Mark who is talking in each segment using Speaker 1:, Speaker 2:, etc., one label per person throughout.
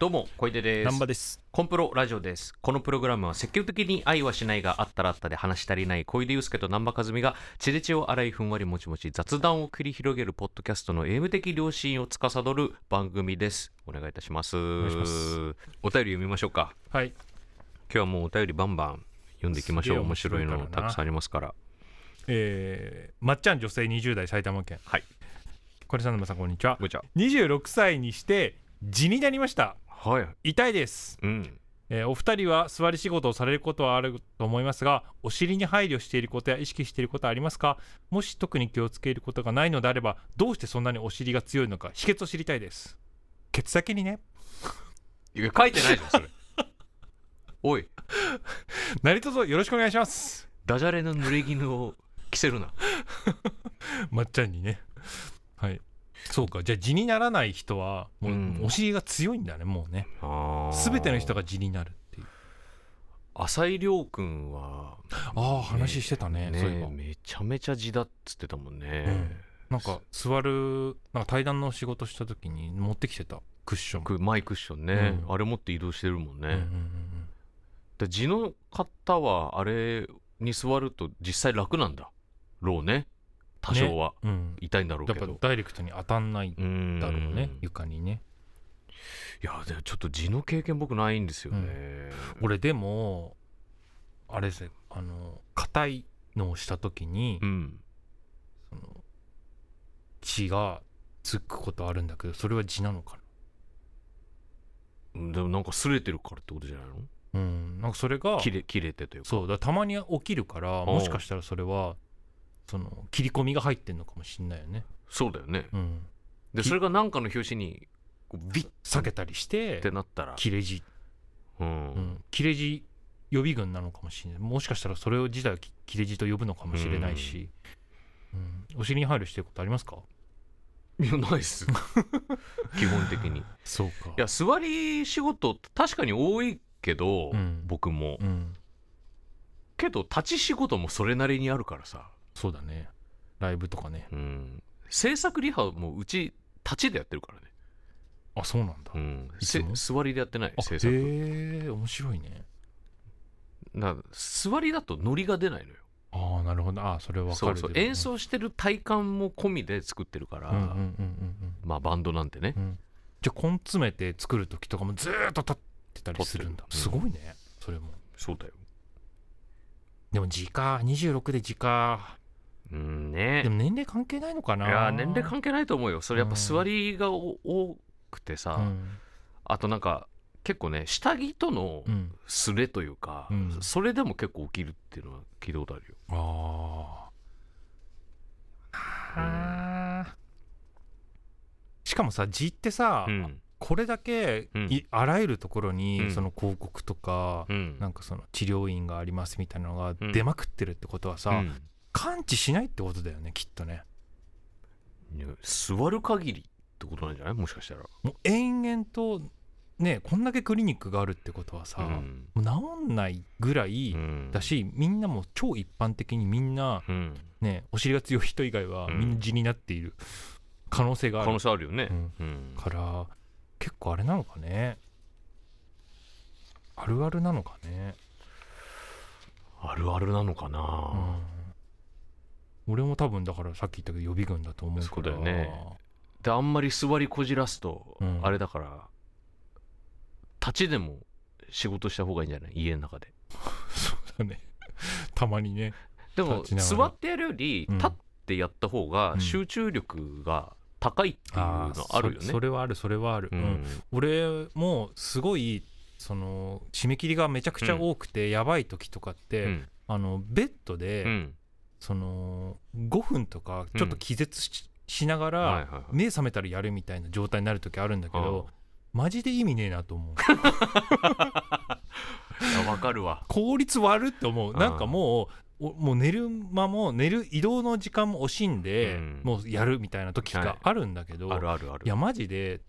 Speaker 1: どうも小出です
Speaker 2: 難波です。
Speaker 1: コンプロラジオですこのプログラムは積極的に愛はしないがあったらあったで話し足りない小出祐介と難波和美が血で血を洗いふんわりもちもち雑談を繰り広げるポッドキャストの AM 的良心を司る番組ですお願いいたしますお
Speaker 2: 願いします
Speaker 1: お便り読みましょうか
Speaker 2: はい。
Speaker 1: 今日はもうお便りバンバン読んでいきましょう
Speaker 2: すげえ
Speaker 1: 面
Speaker 2: 面
Speaker 1: 白
Speaker 2: 白
Speaker 1: い
Speaker 2: いからな
Speaker 1: のたくさんありますから
Speaker 2: えー、まっちゃん女性20代埼玉県。
Speaker 1: はい。
Speaker 2: これさんまさんこんにちは。
Speaker 1: ごちゃ
Speaker 2: 26歳にして地になりました。
Speaker 1: はい
Speaker 2: 痛いです。
Speaker 1: うん
Speaker 2: えーお二人は座り仕事をされることはあると思いますがお尻に配慮していることや意識していることはありますかもし特に気をつけることがないのであればどうしてそんなにお尻が強いのか秘訣を知りたいですケツ先にね
Speaker 1: いや書いてないじゃんそれ おい
Speaker 2: 何卒よろしくお願いします
Speaker 1: ダジャレの濡れ衣を着せるな
Speaker 2: まっちゃんにねはいそうかじゃあ地にならない人はもう、
Speaker 1: うん
Speaker 2: お尻が強いんだねもうね全ての人が地になるっていう
Speaker 1: 浅井亮君は
Speaker 2: ああ話してたね
Speaker 1: ね
Speaker 2: そういえば
Speaker 1: めちゃめちゃ地だっつってたもんね、
Speaker 2: なんか座るなんか対談の仕事した時に持ってきてたクッション
Speaker 1: くマイクッションね、
Speaker 2: うん
Speaker 1: あれ持って移動してるもんね、
Speaker 2: うんうんうんうん
Speaker 1: で地の方はあれに座ると実際楽なんだろうね多少は、
Speaker 2: うん、
Speaker 1: 痛いんだろう
Speaker 2: や
Speaker 1: け
Speaker 2: っ
Speaker 1: ど
Speaker 2: ぱダイレクトに当たんないん
Speaker 1: うん
Speaker 2: だろうね、床にね
Speaker 1: いやでもちょっと地の経験僕ないんですよね、
Speaker 2: 俺でもあれですねあの硬いのをした時に、
Speaker 1: うん
Speaker 2: その血がつくことあるんだけどそれは血なのか
Speaker 1: でもなんか擦れてるからってことじゃないの
Speaker 2: なうんなんかそれが
Speaker 1: 切れ切れてというか
Speaker 2: そうだからたまに起きるからもしかしたらそれはその切り込みが入ってんのかもしんないよね
Speaker 1: そうだよね
Speaker 2: うん
Speaker 1: で
Speaker 2: き
Speaker 1: それがなんかの拍子にこうビッ
Speaker 2: 避けたりして
Speaker 1: ってなったら、
Speaker 2: 切れ字
Speaker 1: うん
Speaker 2: うん、切れ字予備軍なのかもしれないもしかしたらそれを自体はき切れ字と呼ぶのかもしれないし、うんお尻に配慮してることありますか
Speaker 1: いやないっ す基本的にい
Speaker 2: そうか
Speaker 1: や座り仕事確かに多いけど、
Speaker 2: うん
Speaker 1: 僕も、
Speaker 2: うん
Speaker 1: けど立ち仕事もそれなりにあるからさ、
Speaker 2: そうだねライブとかね
Speaker 1: うん、制作リハもうち立ちでやってるからね、
Speaker 2: あそうなんだ、
Speaker 1: うん、
Speaker 2: いつ
Speaker 1: せ
Speaker 2: も
Speaker 1: 座りでやってない
Speaker 2: あ
Speaker 1: 制作
Speaker 2: へえ面白いね
Speaker 1: な座りだとノリが出ないのよ
Speaker 2: ああなるほどあーそれは分か
Speaker 1: そ
Speaker 2: る
Speaker 1: うそう
Speaker 2: でもね
Speaker 1: 演奏してる体感も込みで作ってるから、
Speaker 2: うんうんうん
Speaker 1: まあバンドなんてね
Speaker 2: うんうんうんじゃあコン詰めて作る時とかもずーっと立ってたりするんだ、
Speaker 1: 立
Speaker 2: す
Speaker 1: ってる
Speaker 2: ごいねそれも
Speaker 1: そうだよ
Speaker 2: でも時価26で時価
Speaker 1: うんね
Speaker 2: でも年齢関係ないのかない
Speaker 1: いや年齢関係ないと思うよそれやっぱ座りがお多くてさ、
Speaker 2: うん
Speaker 1: あとなんか結構ね下着との
Speaker 2: うん
Speaker 1: すれというか、
Speaker 2: うん
Speaker 1: それでも結構起きるっていうのは聞いたことあるよ
Speaker 2: ああ、しかもさ字ってさ、
Speaker 1: うん
Speaker 2: これだけ、
Speaker 1: うん
Speaker 2: いあらゆるところに、
Speaker 1: うん
Speaker 2: その広告とか、
Speaker 1: うん
Speaker 2: なんかその治療院がありますみたいなのが
Speaker 1: うん
Speaker 2: 出まくってるってことはさ、
Speaker 1: うん
Speaker 2: 感知しないってことだよねきっとね
Speaker 1: いや座る限りってことなんじゃないもしかしたら
Speaker 2: もう延々とねこんだけクリニックがあるってことはさ、
Speaker 1: うん
Speaker 2: もう治んないぐらい
Speaker 1: うん
Speaker 2: だし、みんなも超一般的にみんな
Speaker 1: うん
Speaker 2: ねお尻が強い人以外は
Speaker 1: うん
Speaker 2: みんな地になっている可能性があ
Speaker 1: 可
Speaker 2: る
Speaker 1: 能性あるよね、
Speaker 2: うん
Speaker 1: うん
Speaker 2: から結構あれなのかねあるあるなのかね、
Speaker 1: あるあるなのか
Speaker 2: う
Speaker 1: な、
Speaker 2: ん俺も多分だからさっき言ったけど予備軍だと思うから
Speaker 1: そうだよねであんまり座りこじらすと、
Speaker 2: うん
Speaker 1: あれだから立ちでも仕事した方がいいんじゃない家の中で
Speaker 2: そうだねたまにね
Speaker 1: でも
Speaker 2: 立ちながら
Speaker 1: 座ってやるより
Speaker 2: うん
Speaker 1: 立ってやった方が
Speaker 2: うん
Speaker 1: 集中力が高いっていうのあるよ
Speaker 2: そ
Speaker 1: ね
Speaker 2: そ。れはあるそれはある、
Speaker 1: う
Speaker 2: うん
Speaker 1: ん
Speaker 2: 俺もすごいその締め切りがめちゃくちゃ多くて、やばい時とかって、
Speaker 1: うん
Speaker 2: あのベッドで、
Speaker 1: うん
Speaker 2: その5分とかちょっと気絶し,、ながら、
Speaker 1: はいはいはい
Speaker 2: 目覚めたらやるみたいな状態になる時あるんだけど、マジで意味ねえなと 思う
Speaker 1: いやわかるわ。
Speaker 2: 効率悪って思う
Speaker 1: うん
Speaker 2: なんかもうおもう寝る間も寝る移動の時間も惜しんで、
Speaker 1: うん
Speaker 2: もうやるみたいな時
Speaker 1: はい
Speaker 2: があるんだけど、
Speaker 1: あ
Speaker 2: い、
Speaker 1: るあるある。
Speaker 2: やマジで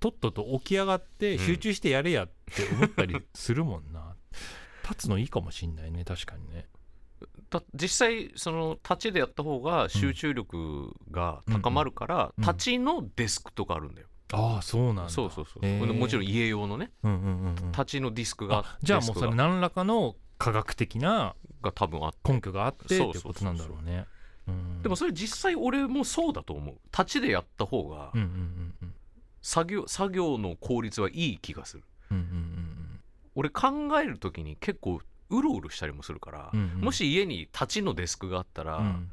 Speaker 2: とっとと起き上がって集中してやれやって思ったりするも んな、立つのいいかもしんないね確かにね
Speaker 1: た実際その立ちでやった方が集中力が高まるから
Speaker 2: うん
Speaker 1: 立ちのデスクとかあるんだよ。
Speaker 2: ああそうなんだ
Speaker 1: そうそうそう、
Speaker 2: へえ
Speaker 1: もちろん家用のね
Speaker 2: うんうんうんうん
Speaker 1: 立ちのディスクが
Speaker 2: あじゃあもうそ
Speaker 1: デ
Speaker 2: れ
Speaker 1: ィスク
Speaker 2: 何らかの科学的な
Speaker 1: がが多分あって
Speaker 2: 根拠があってって
Speaker 1: そう
Speaker 2: い
Speaker 1: そうそうそう
Speaker 2: うことなんだろうねうん
Speaker 1: でもそれ実際俺もそうだと思う立ちでやった方が
Speaker 2: うんうんうんうん
Speaker 1: 作業,、作業の効率はいい気がする
Speaker 2: うんうん
Speaker 1: 俺考える時に結構うろうろしたりもするから、
Speaker 2: うんうん
Speaker 1: もし家に立ちのデスクがあったら、
Speaker 2: うんうん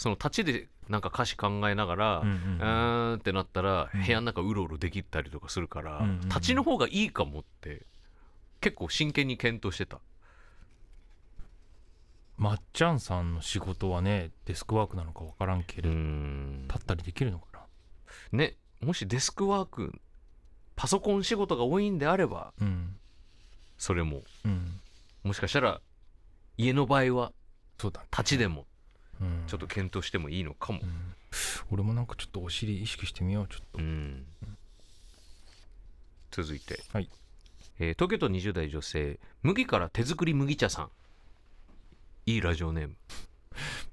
Speaker 1: その立ちでなんか歌詞考えながら、う
Speaker 2: うんうんうん
Speaker 1: ーんってなったら
Speaker 2: うん
Speaker 1: 部屋の中うろうろできたりとかするから、
Speaker 2: うんうんうん
Speaker 1: 立ちの方がいいかもって結構真剣に検討してた
Speaker 2: まっちゃんさんの仕事はねデスクワークなのか分からんけれど、
Speaker 1: ん
Speaker 2: 立ったりできるのかな
Speaker 1: ねもしデスクワークパソコン仕事が多いんであれば
Speaker 2: うん
Speaker 1: それも
Speaker 2: うん
Speaker 1: もしかしたら家の場合は
Speaker 2: そうだね、
Speaker 1: 立ちでも
Speaker 2: うん、
Speaker 1: ちょっと検討してもいいのかも、
Speaker 2: 俺もなんかちょっとお尻意識してみようちょっと
Speaker 1: うん続いて、
Speaker 2: はい
Speaker 1: えー東京都20代女性麦から手作り麦茶さんいいラジオネーム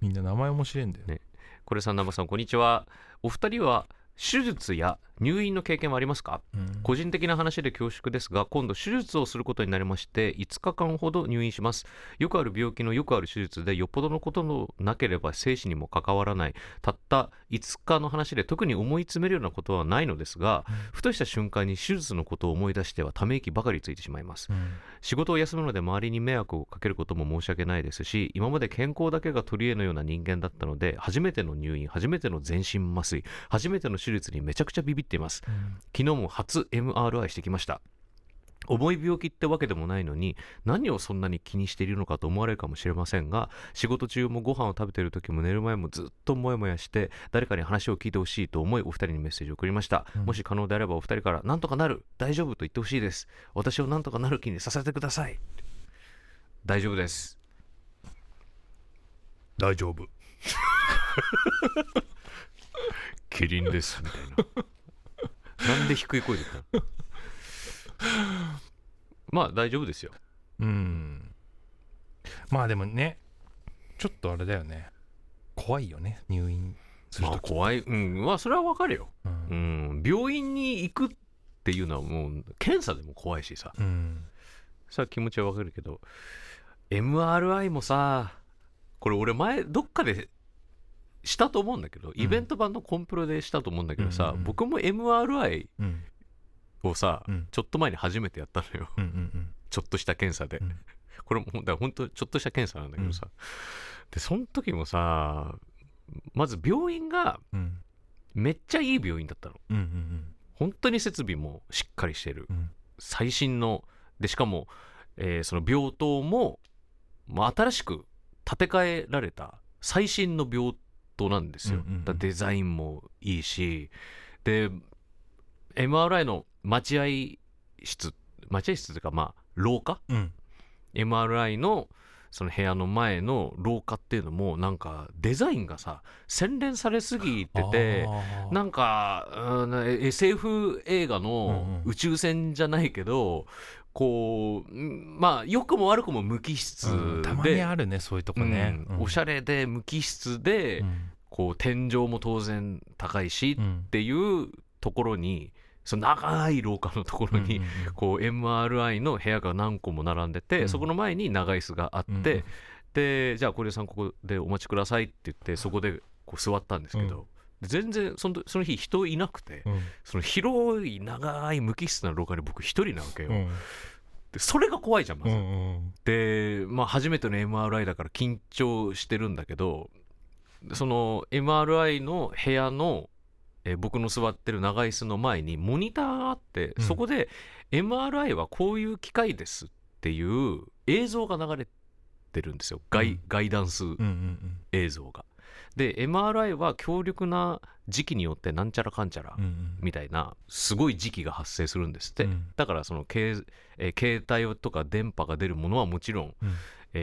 Speaker 2: みんな名前面白いんだよね
Speaker 1: これさん南波さんこんにちはお二人は手術や入院の経験はありますか
Speaker 2: うん
Speaker 1: 個人的な話で恐縮ですが今度手術をすることになりまして5日間ほど入院しますよくある病気のよくある手術でよっぽどのことのなければ生死にも関わらないたった5日の話で特に思い詰めるようなことはないのですが、ふとした瞬間に手術のことを思い出してはため息ばかりついてしまいます
Speaker 2: うん
Speaker 1: 仕事を休むので周りに迷惑をかけることも申し訳ないですし今まで健康だけが取り柄のような人間だったので初めての入院初めての全身麻酔初めての手術にめちゃくちゃビビっています
Speaker 2: うん
Speaker 1: 昨日も初 MRI してきました重い病気ってわけでもないのに何をそんなに気にしているのかと思われるかもしれませんが仕事中もご飯を食べている時も寝る前もずっとモヤモヤして誰かに話を聞いてほしいと思いお二人にメッセージを送りました、
Speaker 2: うん
Speaker 1: もし可能であればお二人から何とかなる大丈夫と言ってほしいです私を何とかなる気にさせてください大丈夫です
Speaker 2: 大丈夫
Speaker 1: キリンですみたいななんで低い声で言った のまあ大丈夫ですよ
Speaker 2: うんまあでもねちょっとあれだよね怖いよね入院する
Speaker 1: まあ
Speaker 2: とき、
Speaker 1: 怖い、うん、まあそれはわかるよ、
Speaker 2: うん
Speaker 1: うん、病院に行くっていうのはもう検査でも怖いしさ
Speaker 2: うん
Speaker 1: さ気持ちはわかるけど MRI もさこれ俺前どっかでしたと思うんだけどイベント版のコンプロでしたと思うんだけどさ、
Speaker 2: うん
Speaker 1: 僕も MRI
Speaker 2: うん
Speaker 1: をさ、
Speaker 2: うん
Speaker 1: ちょっと前に初めてやったのよ
Speaker 2: うんうん
Speaker 1: ちょっとした検査で、
Speaker 2: うん
Speaker 1: これもだから本当ちょっとした検査なんだけどさ、でその時もさまず病院が
Speaker 2: うん
Speaker 1: めっちゃいい病院だったの。
Speaker 2: うんうん
Speaker 1: 本当に設備もしっかりしてる、
Speaker 2: うん
Speaker 1: 最新のでしかも、えーその病棟も、まあ、新しく建て替えられた最新の病棟なんですよ、
Speaker 2: うんうんうん
Speaker 1: だからデザインもいいしで MRI の待合室待合室というかまあ廊下
Speaker 2: うん
Speaker 1: MRI のその部屋の前の廊下っていうのもなんかデザインがさ洗練されすぎてて
Speaker 2: あー
Speaker 1: なんか、うんえ SF 映画
Speaker 2: うん
Speaker 1: の
Speaker 2: うん
Speaker 1: 宇宙船じゃないけど、こうんまあ良くも悪くも無機質で、
Speaker 2: うんたまにあるねそういうとこね、
Speaker 1: うんおし
Speaker 2: ゃ
Speaker 1: ゃれで無機質で、
Speaker 2: うん
Speaker 1: こう天井も当然高いしっ
Speaker 2: うん
Speaker 1: ていうところにその長い廊下のところに、
Speaker 2: うんうんうん
Speaker 1: こう MRI の部屋が何個も並んでて、
Speaker 2: うん
Speaker 1: そこの前に長椅子があって、
Speaker 2: うん
Speaker 1: でじゃあ小出さんここでお待ちくださいって言ってそこでこう座ったんですけど、で全然そのその日人いなくて、
Speaker 2: うん
Speaker 1: その広い長い無機質な廊下に僕一人なわけよ、
Speaker 2: うん
Speaker 1: でそれが怖いじゃんま
Speaker 2: う
Speaker 1: ず、
Speaker 2: んうん
Speaker 1: で、まあ、初めての MRI だから緊張してるんだけどその MRI の部屋のえー僕の座ってる長椅子の前にモニターがあって、
Speaker 2: うん
Speaker 1: そこで MRI はこういう機械ですっていう映像が流れてるんですよガイ,、
Speaker 2: うん
Speaker 1: ガイダンス
Speaker 2: うんうん
Speaker 1: 映像が。で MRI は強力な時期によってなんちゃらかんちゃら
Speaker 2: うんうん
Speaker 1: みたいなすごい時期が発生するんですって、
Speaker 2: うん
Speaker 1: だからその携,、えー携帯とか電波が出るものはもちろん、
Speaker 2: うん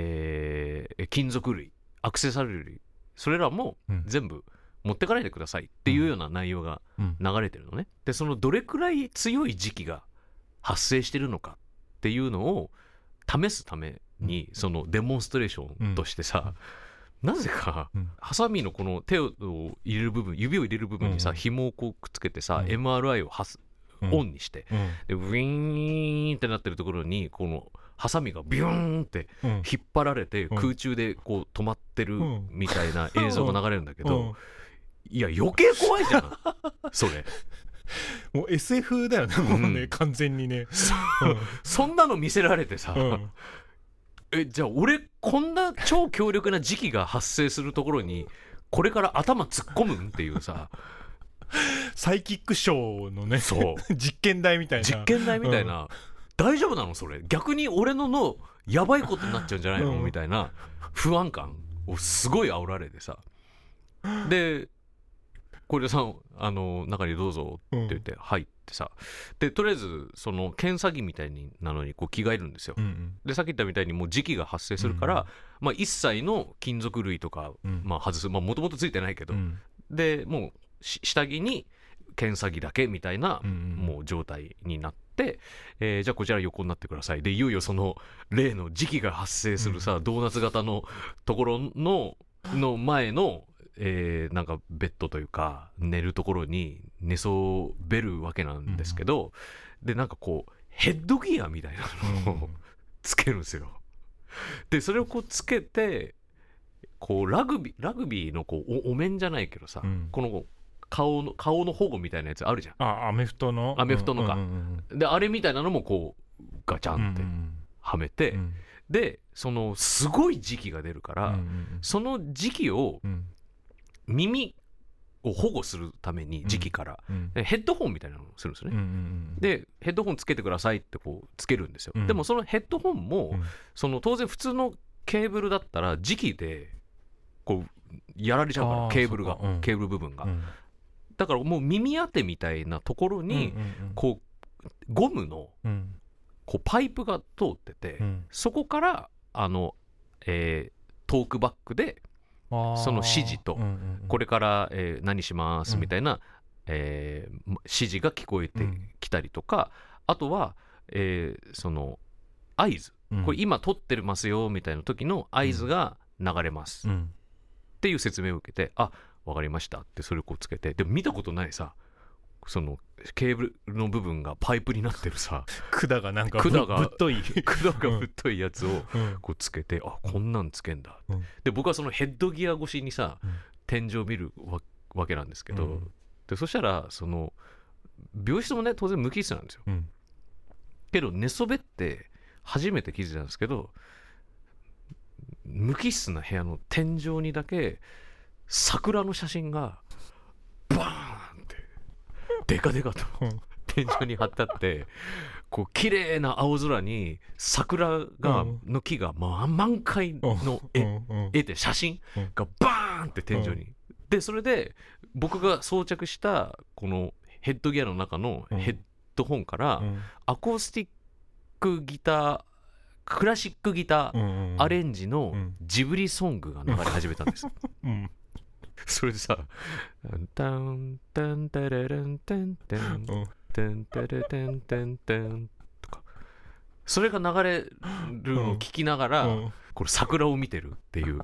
Speaker 1: えー金属類アクセサリー類それらも
Speaker 2: うん
Speaker 1: 全部持ってかないでくださいっていうような内容が
Speaker 2: うん
Speaker 1: 流れてるのね。でそのどれくらい強い時期が発生してるのかっていうのを試すためにそのデモンストレーションとしてさ、なぜか
Speaker 2: うん
Speaker 1: ハサミのこの手を入れる部分指を入れる部分にさ、
Speaker 2: うん
Speaker 1: 紐をこうくっつけてさ、
Speaker 2: うん
Speaker 1: MRI をはす
Speaker 2: うん
Speaker 1: オンにして、
Speaker 2: うん
Speaker 1: でウィーンってなってるところにこのハサミがビューンって
Speaker 2: うん
Speaker 1: 引っ張られて
Speaker 2: うん
Speaker 1: 空中でこう止まってる
Speaker 2: うん
Speaker 1: みたいな映像が流れるんだけど、
Speaker 2: うん
Speaker 1: いや余計怖いじゃん それ
Speaker 2: もう SF だよね、もうね、
Speaker 1: うん
Speaker 2: 完全にね。
Speaker 1: そそんなの見せられてさ、
Speaker 2: うんうん
Speaker 1: えじゃあ俺こんな超強力な時期が発生するところにこれから頭突っ込むんっていう さ
Speaker 2: サイキックショーのね、
Speaker 1: そう
Speaker 2: 実験台みたいな。
Speaker 1: 実験台みたいな、大丈夫なのそれ逆に俺の脳やばいことになっちゃうんじゃないの、
Speaker 2: うん
Speaker 1: みたいな不安感をすごい煽られてさで小出さんあの中にどうぞって言って入ってさでとりあえずその検査着みたいになのにこう着替えるんですよ
Speaker 2: うんうん
Speaker 1: でさっき言ったみたいにもう時期が発生するから、まあ、一切の金属類とか、
Speaker 2: うん
Speaker 1: まあ、外すもともとついてないけど、
Speaker 2: うん
Speaker 1: でもうし下着に検査着だけみたいな、
Speaker 2: うんうん
Speaker 1: もう状態になって、えーじゃあこちら横になってくださいでいよいよその例の時期が発生するさ、ドーナツ型のところのの前の、えーなんかベッドというか寝るところに寝そべるわけなんですけど、でなんかこうヘッドギアみたいなのを、つけるんですよ。でそれをこうつけてこうラグビーラグビーのこうおお面じゃないけどさ、
Speaker 2: うん
Speaker 1: この顔の顔の保護みたいなやつあるじゃ
Speaker 2: あ、アメフトの。
Speaker 1: アメフトのか
Speaker 2: うんうん
Speaker 1: ん。であれみたいなのもこうガチャ
Speaker 2: うん
Speaker 1: ンってはめて、
Speaker 2: うん
Speaker 1: でそのすごい時期が出るから、
Speaker 2: うんうん
Speaker 1: その時期を
Speaker 2: うん
Speaker 1: 耳を保護するために
Speaker 2: うん
Speaker 1: 時期から、
Speaker 2: うん
Speaker 1: でヘッドホンみたいなのをするんですよ
Speaker 2: う
Speaker 1: ね。
Speaker 2: ん
Speaker 1: でヘッドホンつけてくださいってこうつけるんですよ、
Speaker 2: うん
Speaker 1: でもそのヘッドホンも、
Speaker 2: うん
Speaker 1: その当然普通のケーブルだったら磁気でこうやられちゃうか
Speaker 2: あ
Speaker 1: ら
Speaker 2: ー
Speaker 1: ケーブルが、
Speaker 2: そうかうん
Speaker 1: ケーブル部分が、
Speaker 2: うん
Speaker 1: だからもう耳当てみたいなところに、
Speaker 2: うんうん
Speaker 1: こうゴムの
Speaker 2: うん
Speaker 1: こうパイプが通ってて、
Speaker 2: うん
Speaker 1: そこからあの、えートークバックで
Speaker 2: あー
Speaker 1: その指示と
Speaker 2: うんうんうん
Speaker 1: これから、えー何します
Speaker 2: うん
Speaker 1: みたいな、えーま指示が聞こえてきたりとか、あとは、えーその合図
Speaker 2: うん
Speaker 1: これ今撮ってますよみたいな時の合図が流れます
Speaker 2: う
Speaker 1: っ
Speaker 2: ん
Speaker 1: ていう説明を受けて、あわかりましたってそれをこうつけてでも見たことないさそのケーブルの部分がパイプになってる さ
Speaker 2: 管がなんかぶ
Speaker 1: 管が
Speaker 2: ぶっとい
Speaker 1: 管が太いやつを
Speaker 2: うん
Speaker 1: こうつけてあこんなんつけんだって、
Speaker 2: うん
Speaker 1: で僕はそのヘッドギア越しにさ、
Speaker 2: うん
Speaker 1: 天井を見るわわけなんですけど、
Speaker 2: うん
Speaker 1: でそしたらその病室もね当然無機質なんですよ
Speaker 2: うん
Speaker 1: けど寝そべって初めて気づいたんですけど無機質な部屋の天井にだけ桜の写真がバーンってでかでかと
Speaker 2: うん
Speaker 1: 天井に貼ってあってこう綺麗な青空に桜が
Speaker 2: うん
Speaker 1: の木がまあ満開の
Speaker 2: う
Speaker 1: 絵
Speaker 2: んうん
Speaker 1: 絵で写真がバーンって天井
Speaker 2: う
Speaker 1: に。でそれで僕が装着したこのヘッドギアの中のヘッドホンから、
Speaker 2: うん
Speaker 1: アコースティックギタークラシックギター
Speaker 2: うんうん
Speaker 1: アレンジの
Speaker 2: うん
Speaker 1: ジブリソングが流れ始めたんです
Speaker 2: うん
Speaker 1: それでさ「タンタンタラランタンタン
Speaker 2: うん
Speaker 1: タンタラタンタンタン」とかそれが流れるのを聞きながら、
Speaker 2: うん
Speaker 1: これ桜を見てるっていう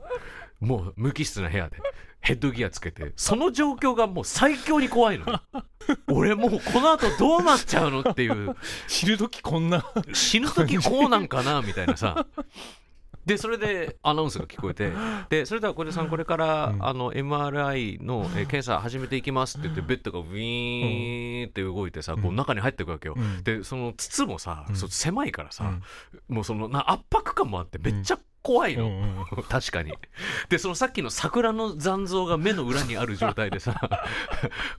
Speaker 1: もう無機質な部屋でヘッドギアつけてその状況がもう最強に怖いの よ俺もうこの後どうなっちゃうのっていう
Speaker 2: 知る時こんな
Speaker 1: 死ぬ時こうなんかなみたいな さでそれでアナウンスが聞こえてでそれでは小出さんこれから、
Speaker 2: うん
Speaker 1: あの MRI のえー検査始めていきますって言ってベッドがウィーンって動いてさ、こう中に入っていくわけよ、
Speaker 2: うん
Speaker 1: でその筒もさ、
Speaker 2: うん
Speaker 1: そう狭いからさ、もうそのな圧迫感もあってめっちゃ怖いの、
Speaker 2: うん
Speaker 1: 確かにでそのさっきの桜の残像が目の裏にある状態で さ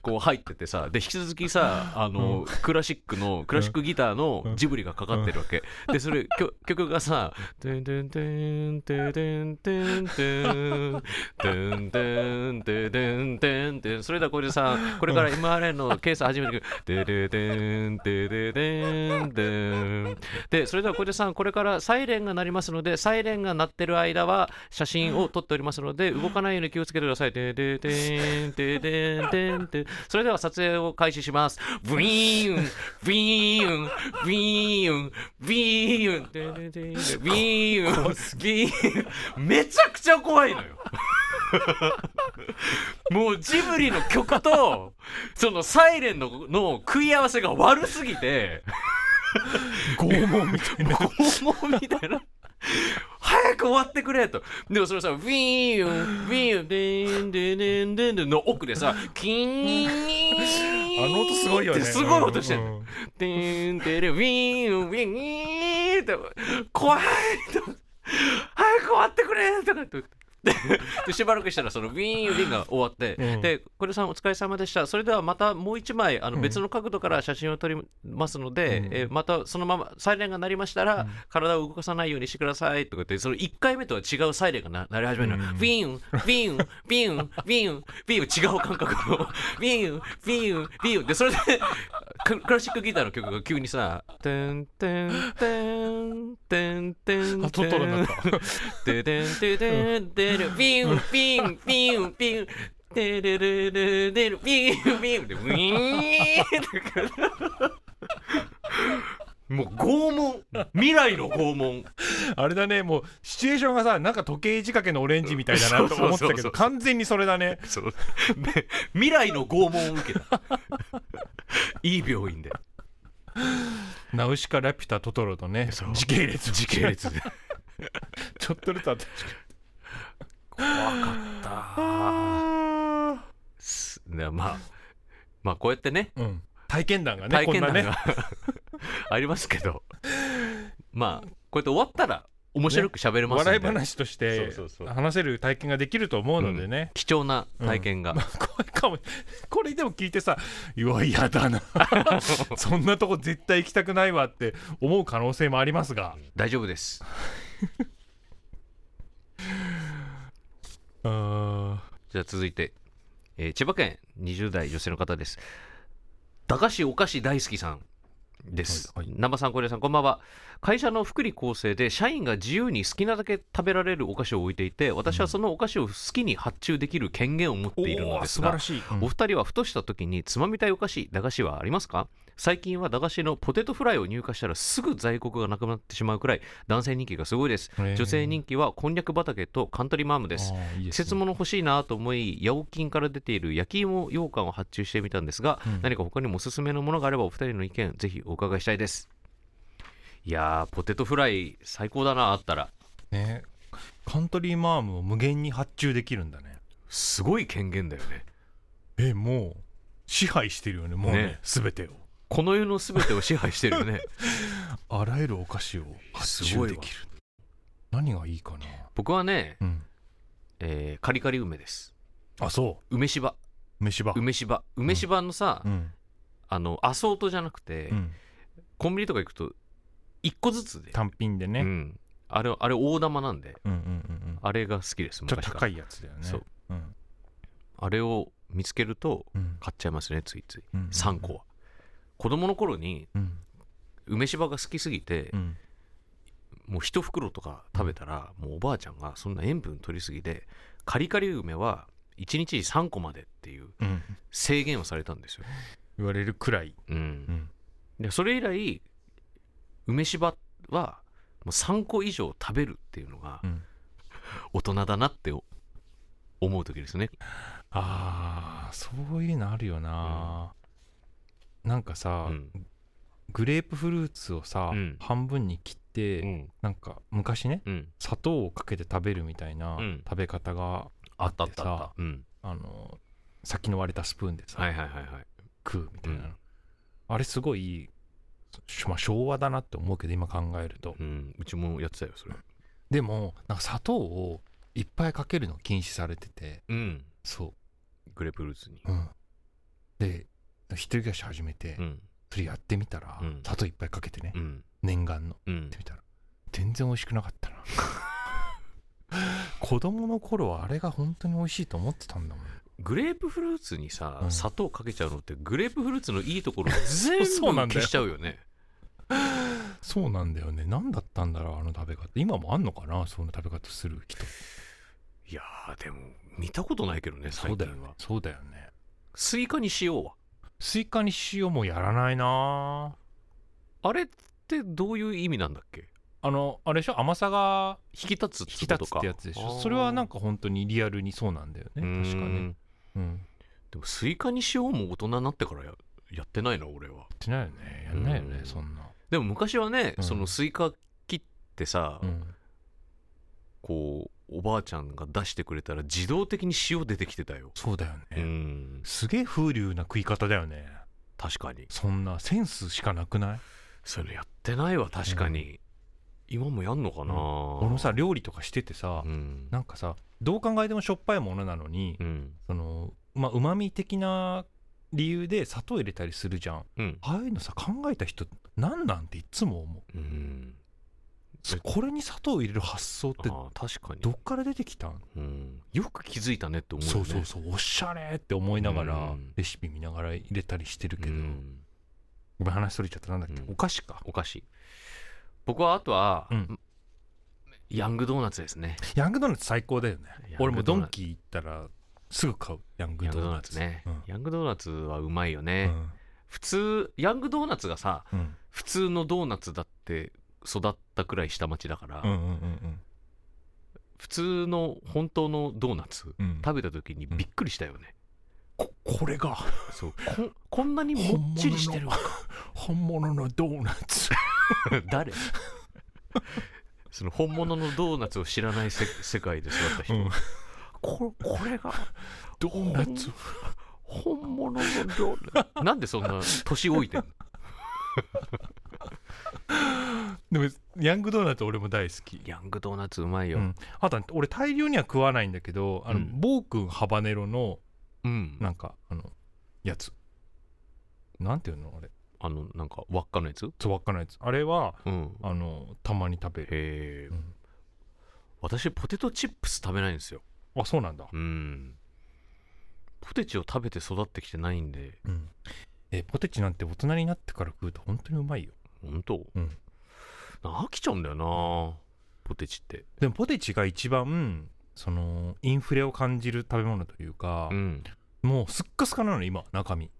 Speaker 1: こう入っててさで引き続きさあの、クラシックのクラシックギターのジブリがかかってるわけ、でそれ曲曲がさ「トゥントゥントゥントゥントゥントゥントゥントゥントゥントゥントゥントゥントゥン」それではこれでさこれから MRI の検査始めていく「トゥルトゥントゥルトゥントゥン」でそれでは小出さんこれからサイレンが鳴りますのでサイレンが鳴ってる間は写真を撮っておりますので動かないように気をつけてくださいでででんででんでんでんそれでは撮影を開始しますブイーンブイーンブイーンブイーンでででんでブイーンブイーンめちゃくちゃ怖いのよもうジブリの曲 とそのサイレンのの食い合わせが悪すぎて
Speaker 2: 拷問みたいな
Speaker 1: 拷問みたいな早く終わってくれとでもそれさウィーユンウィーユンデーンデーンデーンデーンデーンの奥でさキーン
Speaker 2: あの音すごいよ
Speaker 1: っ
Speaker 2: ね
Speaker 1: てすごい音してる
Speaker 2: うん
Speaker 1: デーンデーンウィーユンウィーユンウィーンって怖いと早く終わってくれとかってででしばらくしたらそのウィーンウィーンが終わって、
Speaker 2: うん
Speaker 1: でこれさんお疲れ様でしたそれではまたもう一枚あの別の角度から写真を撮りますので、
Speaker 2: うん
Speaker 1: えーまたそのままサイレンが鳴りましたら、
Speaker 2: うん
Speaker 1: 体を動かさないようにしてくださいとか言ってその1回目とは違うサイレンがな鳴り始めるの、
Speaker 2: う
Speaker 1: ウ
Speaker 2: ん
Speaker 1: ィーンウィーンウィーンウィーンウィーン違う感覚のウィーンウィーンウィーンでそれでククラシックギターの曲が急にさ「テンテンテンテンテンテン」
Speaker 2: あトトロになった
Speaker 1: でででででるビュンビュンビュンビュンでででででるビュンビュンでウィーンもう拷問未来の拷問
Speaker 2: あれだねもうシチュエーションがさなんか時計仕掛けのオレンジみたいだなと思ってた
Speaker 1: そうそう
Speaker 2: け
Speaker 1: そうそう
Speaker 2: ど完全にそれだね
Speaker 1: そうめ未来の拷問を受けたいい病院で
Speaker 2: ナウシカラピュタトトロとね
Speaker 1: そう
Speaker 2: 時系列
Speaker 1: 時系 列で
Speaker 2: ちょっとずつあった
Speaker 1: 怖かったすねまあまあこうやってね
Speaker 2: うん体験談がね
Speaker 1: 体験談
Speaker 2: こんな
Speaker 1: が ありますけどまあこうやって終わったら面白く喋れますんで
Speaker 2: 笑い話として
Speaker 1: そうそうそう
Speaker 2: 話せる体験ができると思うのでね、
Speaker 1: 貴重な体験 が、
Speaker 2: まあ怖いかもこれでも聞いてさ「いや嫌だ なそんなとこ絶対行きたくないわ」って思う可能性もありますが
Speaker 1: 大丈夫です
Speaker 2: うーん
Speaker 1: じゃあ続いて、えー千葉県20代女性の方です駄菓子お菓子大好きさんです、
Speaker 2: はいはい
Speaker 1: 南波さん小出さんこんばんは会社の福利厚生で社員が自由に好きなだけ食べられるお菓子を置いていて私はそのお菓子を好きに発注できる権限を持っているの
Speaker 2: おー
Speaker 1: です
Speaker 2: 素晴
Speaker 1: が
Speaker 2: らしい、
Speaker 1: お二人はふとした時につまみたいお菓子駄菓子はありますか最近は駄菓子のポテトフライを入荷したらすぐ在庫がなくなってしまうくらい男性人気がすごいです
Speaker 2: へー
Speaker 1: 女性人気はこんにゃく畑とカントリーマームです
Speaker 2: あーい
Speaker 1: 季
Speaker 2: いですね
Speaker 1: 節物欲しいなと思い八百金から出ている焼き芋羊羹を発注してみたんですが、
Speaker 2: うん
Speaker 1: 何か他にもおすすめのものがあればお二人の意見ぜひお伺いしたいですいやーポテトフライ最高だなあったら
Speaker 2: ねカントリーマームを無限に発注できるんだね
Speaker 1: すごい権限だよね
Speaker 2: えもう支配してるよねもうね
Speaker 1: ね
Speaker 2: 全てを
Speaker 1: この世の全てを支配してるよね
Speaker 2: あらゆるお菓子を発注できる何がいいかな
Speaker 1: 僕はね
Speaker 2: うん
Speaker 1: えーカリカリ梅です
Speaker 2: あそ
Speaker 1: 梅芝
Speaker 2: う飯場
Speaker 1: 梅芝梅芝のさ、
Speaker 2: うん
Speaker 1: あのアソートじゃなくて、
Speaker 2: うん
Speaker 1: コンビニとか行くと1個ずつで、
Speaker 2: 単品でね、
Speaker 1: う
Speaker 2: うん、
Speaker 1: ん、あれあれ大玉なんで
Speaker 2: うんうんうん
Speaker 1: あれが好きです
Speaker 2: ちょっ
Speaker 1: 昔
Speaker 2: と
Speaker 1: から
Speaker 2: 高いやつだよね
Speaker 1: そう、
Speaker 2: うん
Speaker 1: あれを見つけると
Speaker 2: うん
Speaker 1: 買っちゃいますねついつい
Speaker 2: うん、
Speaker 1: 3個は子供の頃に
Speaker 2: うん
Speaker 1: 梅芝が好きすぎて
Speaker 2: う、ん
Speaker 1: もう一袋とか食べたらもうおばあちゃんがそんな塩分取りすぎでカリカリ梅は1日に3個までっていう
Speaker 2: うん
Speaker 1: 制限をされたんですよ、
Speaker 2: 言われるくらい、
Speaker 1: うん
Speaker 2: う、ん、
Speaker 1: でそれ以来梅芝はもう3個以上食べるっていうのが
Speaker 2: うん
Speaker 1: 大人だなってお思う時ですね、
Speaker 2: あーそういうのあるよな、なんかさ、
Speaker 1: うん
Speaker 2: グレープフルーツをさ、
Speaker 1: うん
Speaker 2: 半分に切って、
Speaker 1: うん
Speaker 2: なんか昔ね
Speaker 1: うん、
Speaker 2: 砂糖をかけて食べるみたいな
Speaker 1: うん
Speaker 2: 食べ方が
Speaker 1: あ
Speaker 2: あ
Speaker 1: っ
Speaker 2: っ
Speaker 1: あ
Speaker 2: たたあ
Speaker 1: っ
Speaker 2: ったた
Speaker 1: あった、うん、
Speaker 2: あの先の割れたスプーンでさ、
Speaker 1: はいはいはいはい
Speaker 2: 食うみたいな、
Speaker 1: うん
Speaker 2: あれすごい、しまあ、昭和だなって思うけど今考えると、
Speaker 1: うん、うちもやってたよそれ
Speaker 2: でもなんか砂糖をいっぱいかけるの禁止されてて
Speaker 1: うん
Speaker 2: そ
Speaker 1: グレープフルーツに
Speaker 2: う、うん、で一人暮らし始めて、
Speaker 1: うん
Speaker 2: それやってみたら、
Speaker 1: うん
Speaker 2: 砂糖いっぱいかけてね、
Speaker 1: うん
Speaker 2: 念願の
Speaker 1: うん
Speaker 2: やってみたら全然美味しくなか ったな子供の頃はあれが本当に美味しいと思ってたんだもん
Speaker 1: グレープフルーツにさ、
Speaker 2: うん
Speaker 1: 砂糖かけちゃうのってグレープフルーツのいいところ全 部
Speaker 2: そうなんだよ
Speaker 1: 消しちゃうよね
Speaker 2: そうなんだよね何だったんだろうあの食べ方今もあんのかなその食べ方する人
Speaker 1: いやーでも見たことないけどね最近は、
Speaker 2: そうだよね
Speaker 1: スイカにしようは
Speaker 2: スイカに塩もやらないな
Speaker 1: あれってどういう意味なんだっけ
Speaker 2: あのあれでしょ甘さが
Speaker 1: 引き立つ
Speaker 2: 引き
Speaker 1: ってこ
Speaker 2: 立
Speaker 1: と
Speaker 2: つ
Speaker 1: か
Speaker 2: ってやつでしょそれはなんか本当にリアルにそうなんだよね
Speaker 1: うーん
Speaker 2: 確かねうん
Speaker 1: でもスイカにしようも大人になってからややってないな俺は
Speaker 2: やってないよねやんないよね
Speaker 1: うん
Speaker 2: そんな
Speaker 1: でも昔はね、
Speaker 2: うん
Speaker 1: そのスイカ切ってさ、
Speaker 2: うん
Speaker 1: こうおばあちゃんが出してくれたら自動的に塩出てきてたよ、
Speaker 2: そうだよ
Speaker 1: う
Speaker 2: ね
Speaker 1: ん
Speaker 2: すげえ風流な食い方だよね
Speaker 1: 確かに
Speaker 2: そんなセンスしかなくない
Speaker 1: そういうのやってないわ確かに、今もやんのかな、
Speaker 2: うん俺もさ料理とかしててさ
Speaker 1: うん
Speaker 2: なんかさどう考えてもしょっぱいものなのに
Speaker 1: うん
Speaker 2: そのまあうまみ的な理由で砂糖入れたりするじゃん
Speaker 1: うん
Speaker 2: ああいうのさ考えた人なんなんていつも思う
Speaker 1: うん
Speaker 2: そこれに砂糖を入れる発想って
Speaker 1: ああ確かに
Speaker 2: どっから出てきたん
Speaker 1: うん、よく気づいたねって思うよ
Speaker 2: そ
Speaker 1: ね
Speaker 2: うそうそうおしゃれって思いながら
Speaker 1: うん
Speaker 2: レシピ見ながら入れたりしてるけど
Speaker 1: うん
Speaker 2: ごめん話それちゃったなんだっけ
Speaker 1: うん
Speaker 2: お菓子か
Speaker 1: お菓子僕はあとは、
Speaker 2: うん
Speaker 1: ヤングドーナツですね
Speaker 2: ヤングドーナツ最高だよね
Speaker 1: ヤングドーナツ
Speaker 2: 俺もドンキ行ったらすぐ買うヤング
Speaker 1: ヤン
Speaker 2: ド
Speaker 1: グドー
Speaker 2: ーナ
Speaker 1: ナ
Speaker 2: ツ
Speaker 1: ツね、
Speaker 2: うん
Speaker 1: ヤングドーナツはうまいよ
Speaker 2: う
Speaker 1: ね、
Speaker 2: ん
Speaker 1: 普通ヤングドーナツがさ
Speaker 2: うん
Speaker 1: 普通のドーナツだって育ったくらい下町だから、
Speaker 2: うんうんうん
Speaker 1: 普通の本当のドーナツ
Speaker 2: うんうん
Speaker 1: 食べた時にびっくりしたよね、
Speaker 2: ここれが
Speaker 1: そうこんこんなにもっちりしてるわ
Speaker 2: 本物の ドーナツ
Speaker 1: 誰その本物のドーナツを知らないせ世界で育った人、
Speaker 2: うん
Speaker 1: ここれが
Speaker 2: ドーナツ
Speaker 1: 本物のドーナツなんでそんな年老いてんの
Speaker 2: でもヤングドーナツ俺も大好き
Speaker 1: ヤングドーナツうまいよ
Speaker 2: う、ん、あと俺大量には食わないんだけどあの、
Speaker 1: うん
Speaker 2: 暴君ハバネロの
Speaker 1: うん
Speaker 2: なんかあのやつなんていうのあれ
Speaker 1: あのなんか輪っかのやつ
Speaker 2: つばっかのやつあれは
Speaker 1: うん
Speaker 2: あのたまに食べる
Speaker 1: へえ、
Speaker 2: うん
Speaker 1: 私ポテトチップス食べないんですよ
Speaker 2: あそうなんだ、
Speaker 1: うんポテチを食べて育ってきてないんで
Speaker 2: うんえポテチなんて大人になってから食うと本当にうまいよ
Speaker 1: 本当、
Speaker 2: うん
Speaker 1: 飽きちゃうんだよなポテチって
Speaker 2: でもポテチが一番そのインフレを感じる食べ物というか
Speaker 1: う、ん
Speaker 2: もうすっかすかなの今中身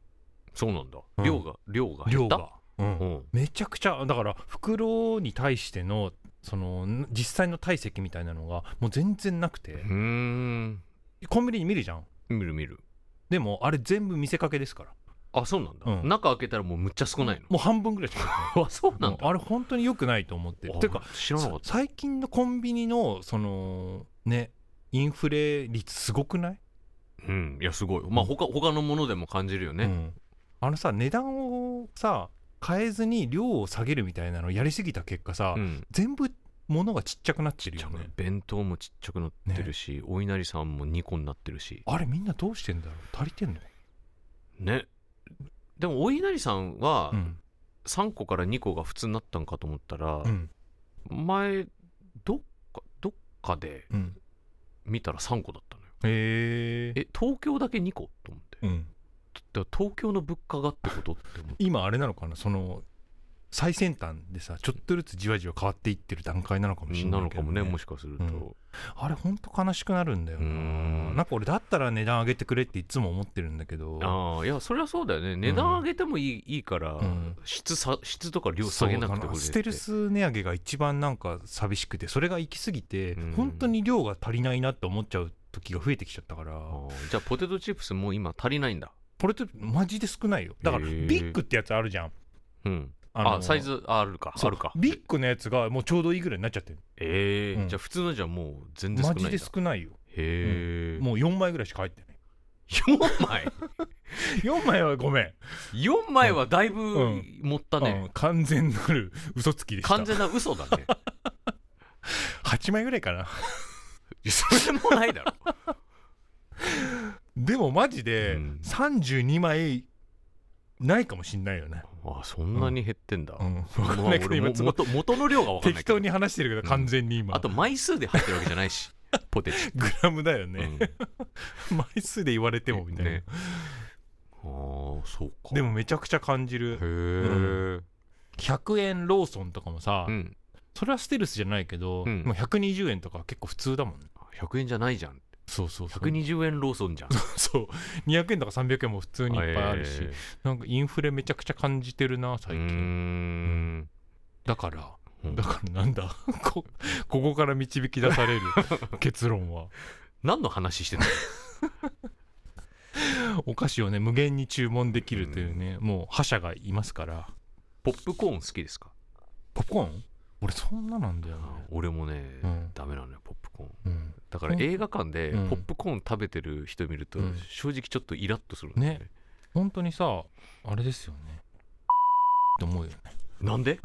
Speaker 1: そうなんだ、
Speaker 2: うん
Speaker 1: 量が量が減
Speaker 2: 量
Speaker 1: った
Speaker 2: が、うん
Speaker 1: うん
Speaker 2: めちゃくちゃだから袋に対してのそのん実際の体積みたいなのがもう全然なくて、
Speaker 1: うーん
Speaker 2: コンビニに見るじゃん
Speaker 1: 見る見る
Speaker 2: でもあれ全部見せかけですから
Speaker 1: あそうなんだ、
Speaker 2: うん
Speaker 1: 中開けたらもうむっちゃ少ないの、
Speaker 2: もう半分ぐらいしか
Speaker 1: あそう なん
Speaker 2: もう
Speaker 1: だ
Speaker 2: あれ本当に良くないと思ってる
Speaker 1: あ
Speaker 2: ていうか
Speaker 1: 知らなかっ
Speaker 2: さ最近のコンビニのそのねインフレ率すごくない、
Speaker 1: たうんいやすごいまあ他他のものでも感じるよ
Speaker 2: う
Speaker 1: ね、
Speaker 2: んあのさ値段をさ変えずに量を下げるみたいなのをやりすぎた結果さ、
Speaker 1: うん
Speaker 2: 全部物がちっちゃくなってる
Speaker 1: ちっちゃ
Speaker 2: よ
Speaker 1: くな
Speaker 2: ね
Speaker 1: る弁当もちっちゃくなってるし、お稲荷さんも2個になってるし
Speaker 2: あれみんなどうしてんだろう足りてんの、
Speaker 1: ねでもお稲荷さんは
Speaker 2: うん
Speaker 1: 3個から2個が普通になったんかと思ったら
Speaker 2: う、ん
Speaker 1: 前どっかどっかで
Speaker 2: うん、
Speaker 1: 見たら3個だったのよ
Speaker 2: へえ、
Speaker 1: え東京だけ2個と思って
Speaker 2: うん、
Speaker 1: だから東京の物価がってことって思って
Speaker 2: 今あれなのかなその最先端でさちょっとずつじわじわ変わっていってる段階なのかもしれ
Speaker 1: な
Speaker 2: な
Speaker 1: いの
Speaker 2: け
Speaker 1: か
Speaker 2: ど、
Speaker 1: もねもしかすると、
Speaker 2: うんあれほんと悲しくなるんだよな
Speaker 1: うーん
Speaker 2: なんか俺だったら値段上げてくれっていつも思ってるんだけど
Speaker 1: ああいやそりゃそうだよね値段上げてもいい,、いいから、
Speaker 2: うん
Speaker 1: 質さ質とか量下げなくて
Speaker 2: そう
Speaker 1: も
Speaker 2: あ
Speaker 1: い
Speaker 2: の
Speaker 1: い
Speaker 2: ステルス値上げが一番なんか寂しくてそれが行き過ぎて、
Speaker 1: うん
Speaker 2: 本当に量が足りないなって思っちゃう時が増えてきちゃったから、
Speaker 1: じゃあポテトチップスもう今足りないんだ
Speaker 2: これってマジで少ないよだから
Speaker 1: へ
Speaker 2: ビ
Speaker 1: ー
Speaker 2: ッグってやつあるじゃん
Speaker 1: うん
Speaker 2: あの
Speaker 1: あサイズああるか
Speaker 2: そ
Speaker 1: あ
Speaker 2: う
Speaker 1: るか
Speaker 2: ビッグのやつがもうちょうどいいぐらいになっちゃってる
Speaker 1: ええ
Speaker 2: うん
Speaker 1: じゃあ普通のじゃもう全然少
Speaker 2: マ
Speaker 1: ないんだ
Speaker 2: ジで少ないよ
Speaker 1: へえ、も
Speaker 2: もう4枚ぐらいしか入ってない
Speaker 1: う4枚
Speaker 2: 4枚はごめん、
Speaker 1: 4枚はだいぶ
Speaker 2: うん
Speaker 1: 持ったね、
Speaker 2: うん完全なる嘘つきでした
Speaker 1: 完全な嘘だね
Speaker 2: 8枚ぐらいかない
Speaker 1: やそれもないだろ
Speaker 2: でもマジで
Speaker 1: うん
Speaker 2: 32枚ないかもしんないよね、
Speaker 1: あそんなに減ってんだ、
Speaker 2: うん、
Speaker 1: まあ
Speaker 2: 分かんないけど
Speaker 1: 俺も
Speaker 2: 今ちょっと
Speaker 1: 元元の量が分かんない
Speaker 2: 適
Speaker 1: けど
Speaker 2: 当に話してるけど完全に今、
Speaker 1: あと枚数で入ってるわけじゃないしポテチ
Speaker 2: グラムだよね、
Speaker 1: ね、
Speaker 2: 枚数で言われてもみたいな、
Speaker 1: ねうんああそうか
Speaker 2: でもめちゃくちゃ感じ
Speaker 1: へ
Speaker 2: る
Speaker 1: え
Speaker 2: 100円ローソンとかもさ、
Speaker 1: うん
Speaker 2: それはステルスじゃないけど、
Speaker 1: うん
Speaker 2: もう120円とか結構普通だもんね
Speaker 1: 100円じゃないじゃん
Speaker 2: そうそうそう
Speaker 1: 120円ローソンじゃん
Speaker 2: そう200円とか300円も普通にいっぱいあるし、
Speaker 1: へえ
Speaker 2: なんかインフレめちゃくちゃ感じてるな最
Speaker 1: うー
Speaker 2: 近
Speaker 1: ん
Speaker 2: だから
Speaker 1: うん
Speaker 2: だからなんだ こここから導き出 される結論は
Speaker 1: 何の話 してた
Speaker 2: お菓子をね無限に注文できるというね、もう覇者がいますから
Speaker 1: ポップコーン好きですか
Speaker 2: ポップコーン俺そんななんだよね、
Speaker 1: 俺もね、
Speaker 2: うん
Speaker 1: ダメなのよポップコーン
Speaker 2: うん、
Speaker 1: だから
Speaker 2: うん
Speaker 1: 映画館でポ
Speaker 2: うん
Speaker 1: ップコーン食べてる人見ると
Speaker 2: うん
Speaker 1: 正直ちょっとイラッとするんだよね
Speaker 2: 本当にさあれですよねって思うよね
Speaker 1: なん で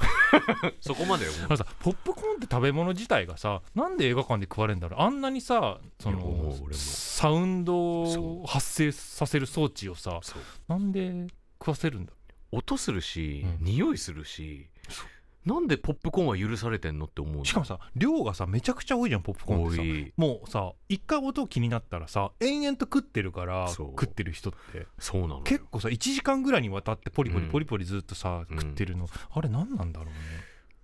Speaker 1: そこまで思う
Speaker 2: あのさポップコーンって食べ物自体がさなんで映画館で食われるんだろうあんなにさそ
Speaker 1: いや思う
Speaker 2: の
Speaker 1: 俺も
Speaker 2: サウンド
Speaker 1: そ
Speaker 2: を発生させる装置をさ
Speaker 1: そう
Speaker 2: なんで食わせるんだ
Speaker 1: 音するし、
Speaker 2: うん
Speaker 1: 匂いするしなんでポップコーンは許されてんのって思うの
Speaker 2: しかもさ量がさめちゃくちゃ多いじゃんポップコーンっ
Speaker 1: 多
Speaker 2: てさ
Speaker 1: い
Speaker 2: もうさ一回音気になったらさ延々と食ってるから
Speaker 1: そう
Speaker 2: 食ってる人って
Speaker 1: そうなのよ
Speaker 2: 結構さ1時間ぐらいにわたってポリポリ
Speaker 1: うん
Speaker 2: ポリポリずっとさ、
Speaker 1: うん
Speaker 2: 食ってるのあれ何なんだろうね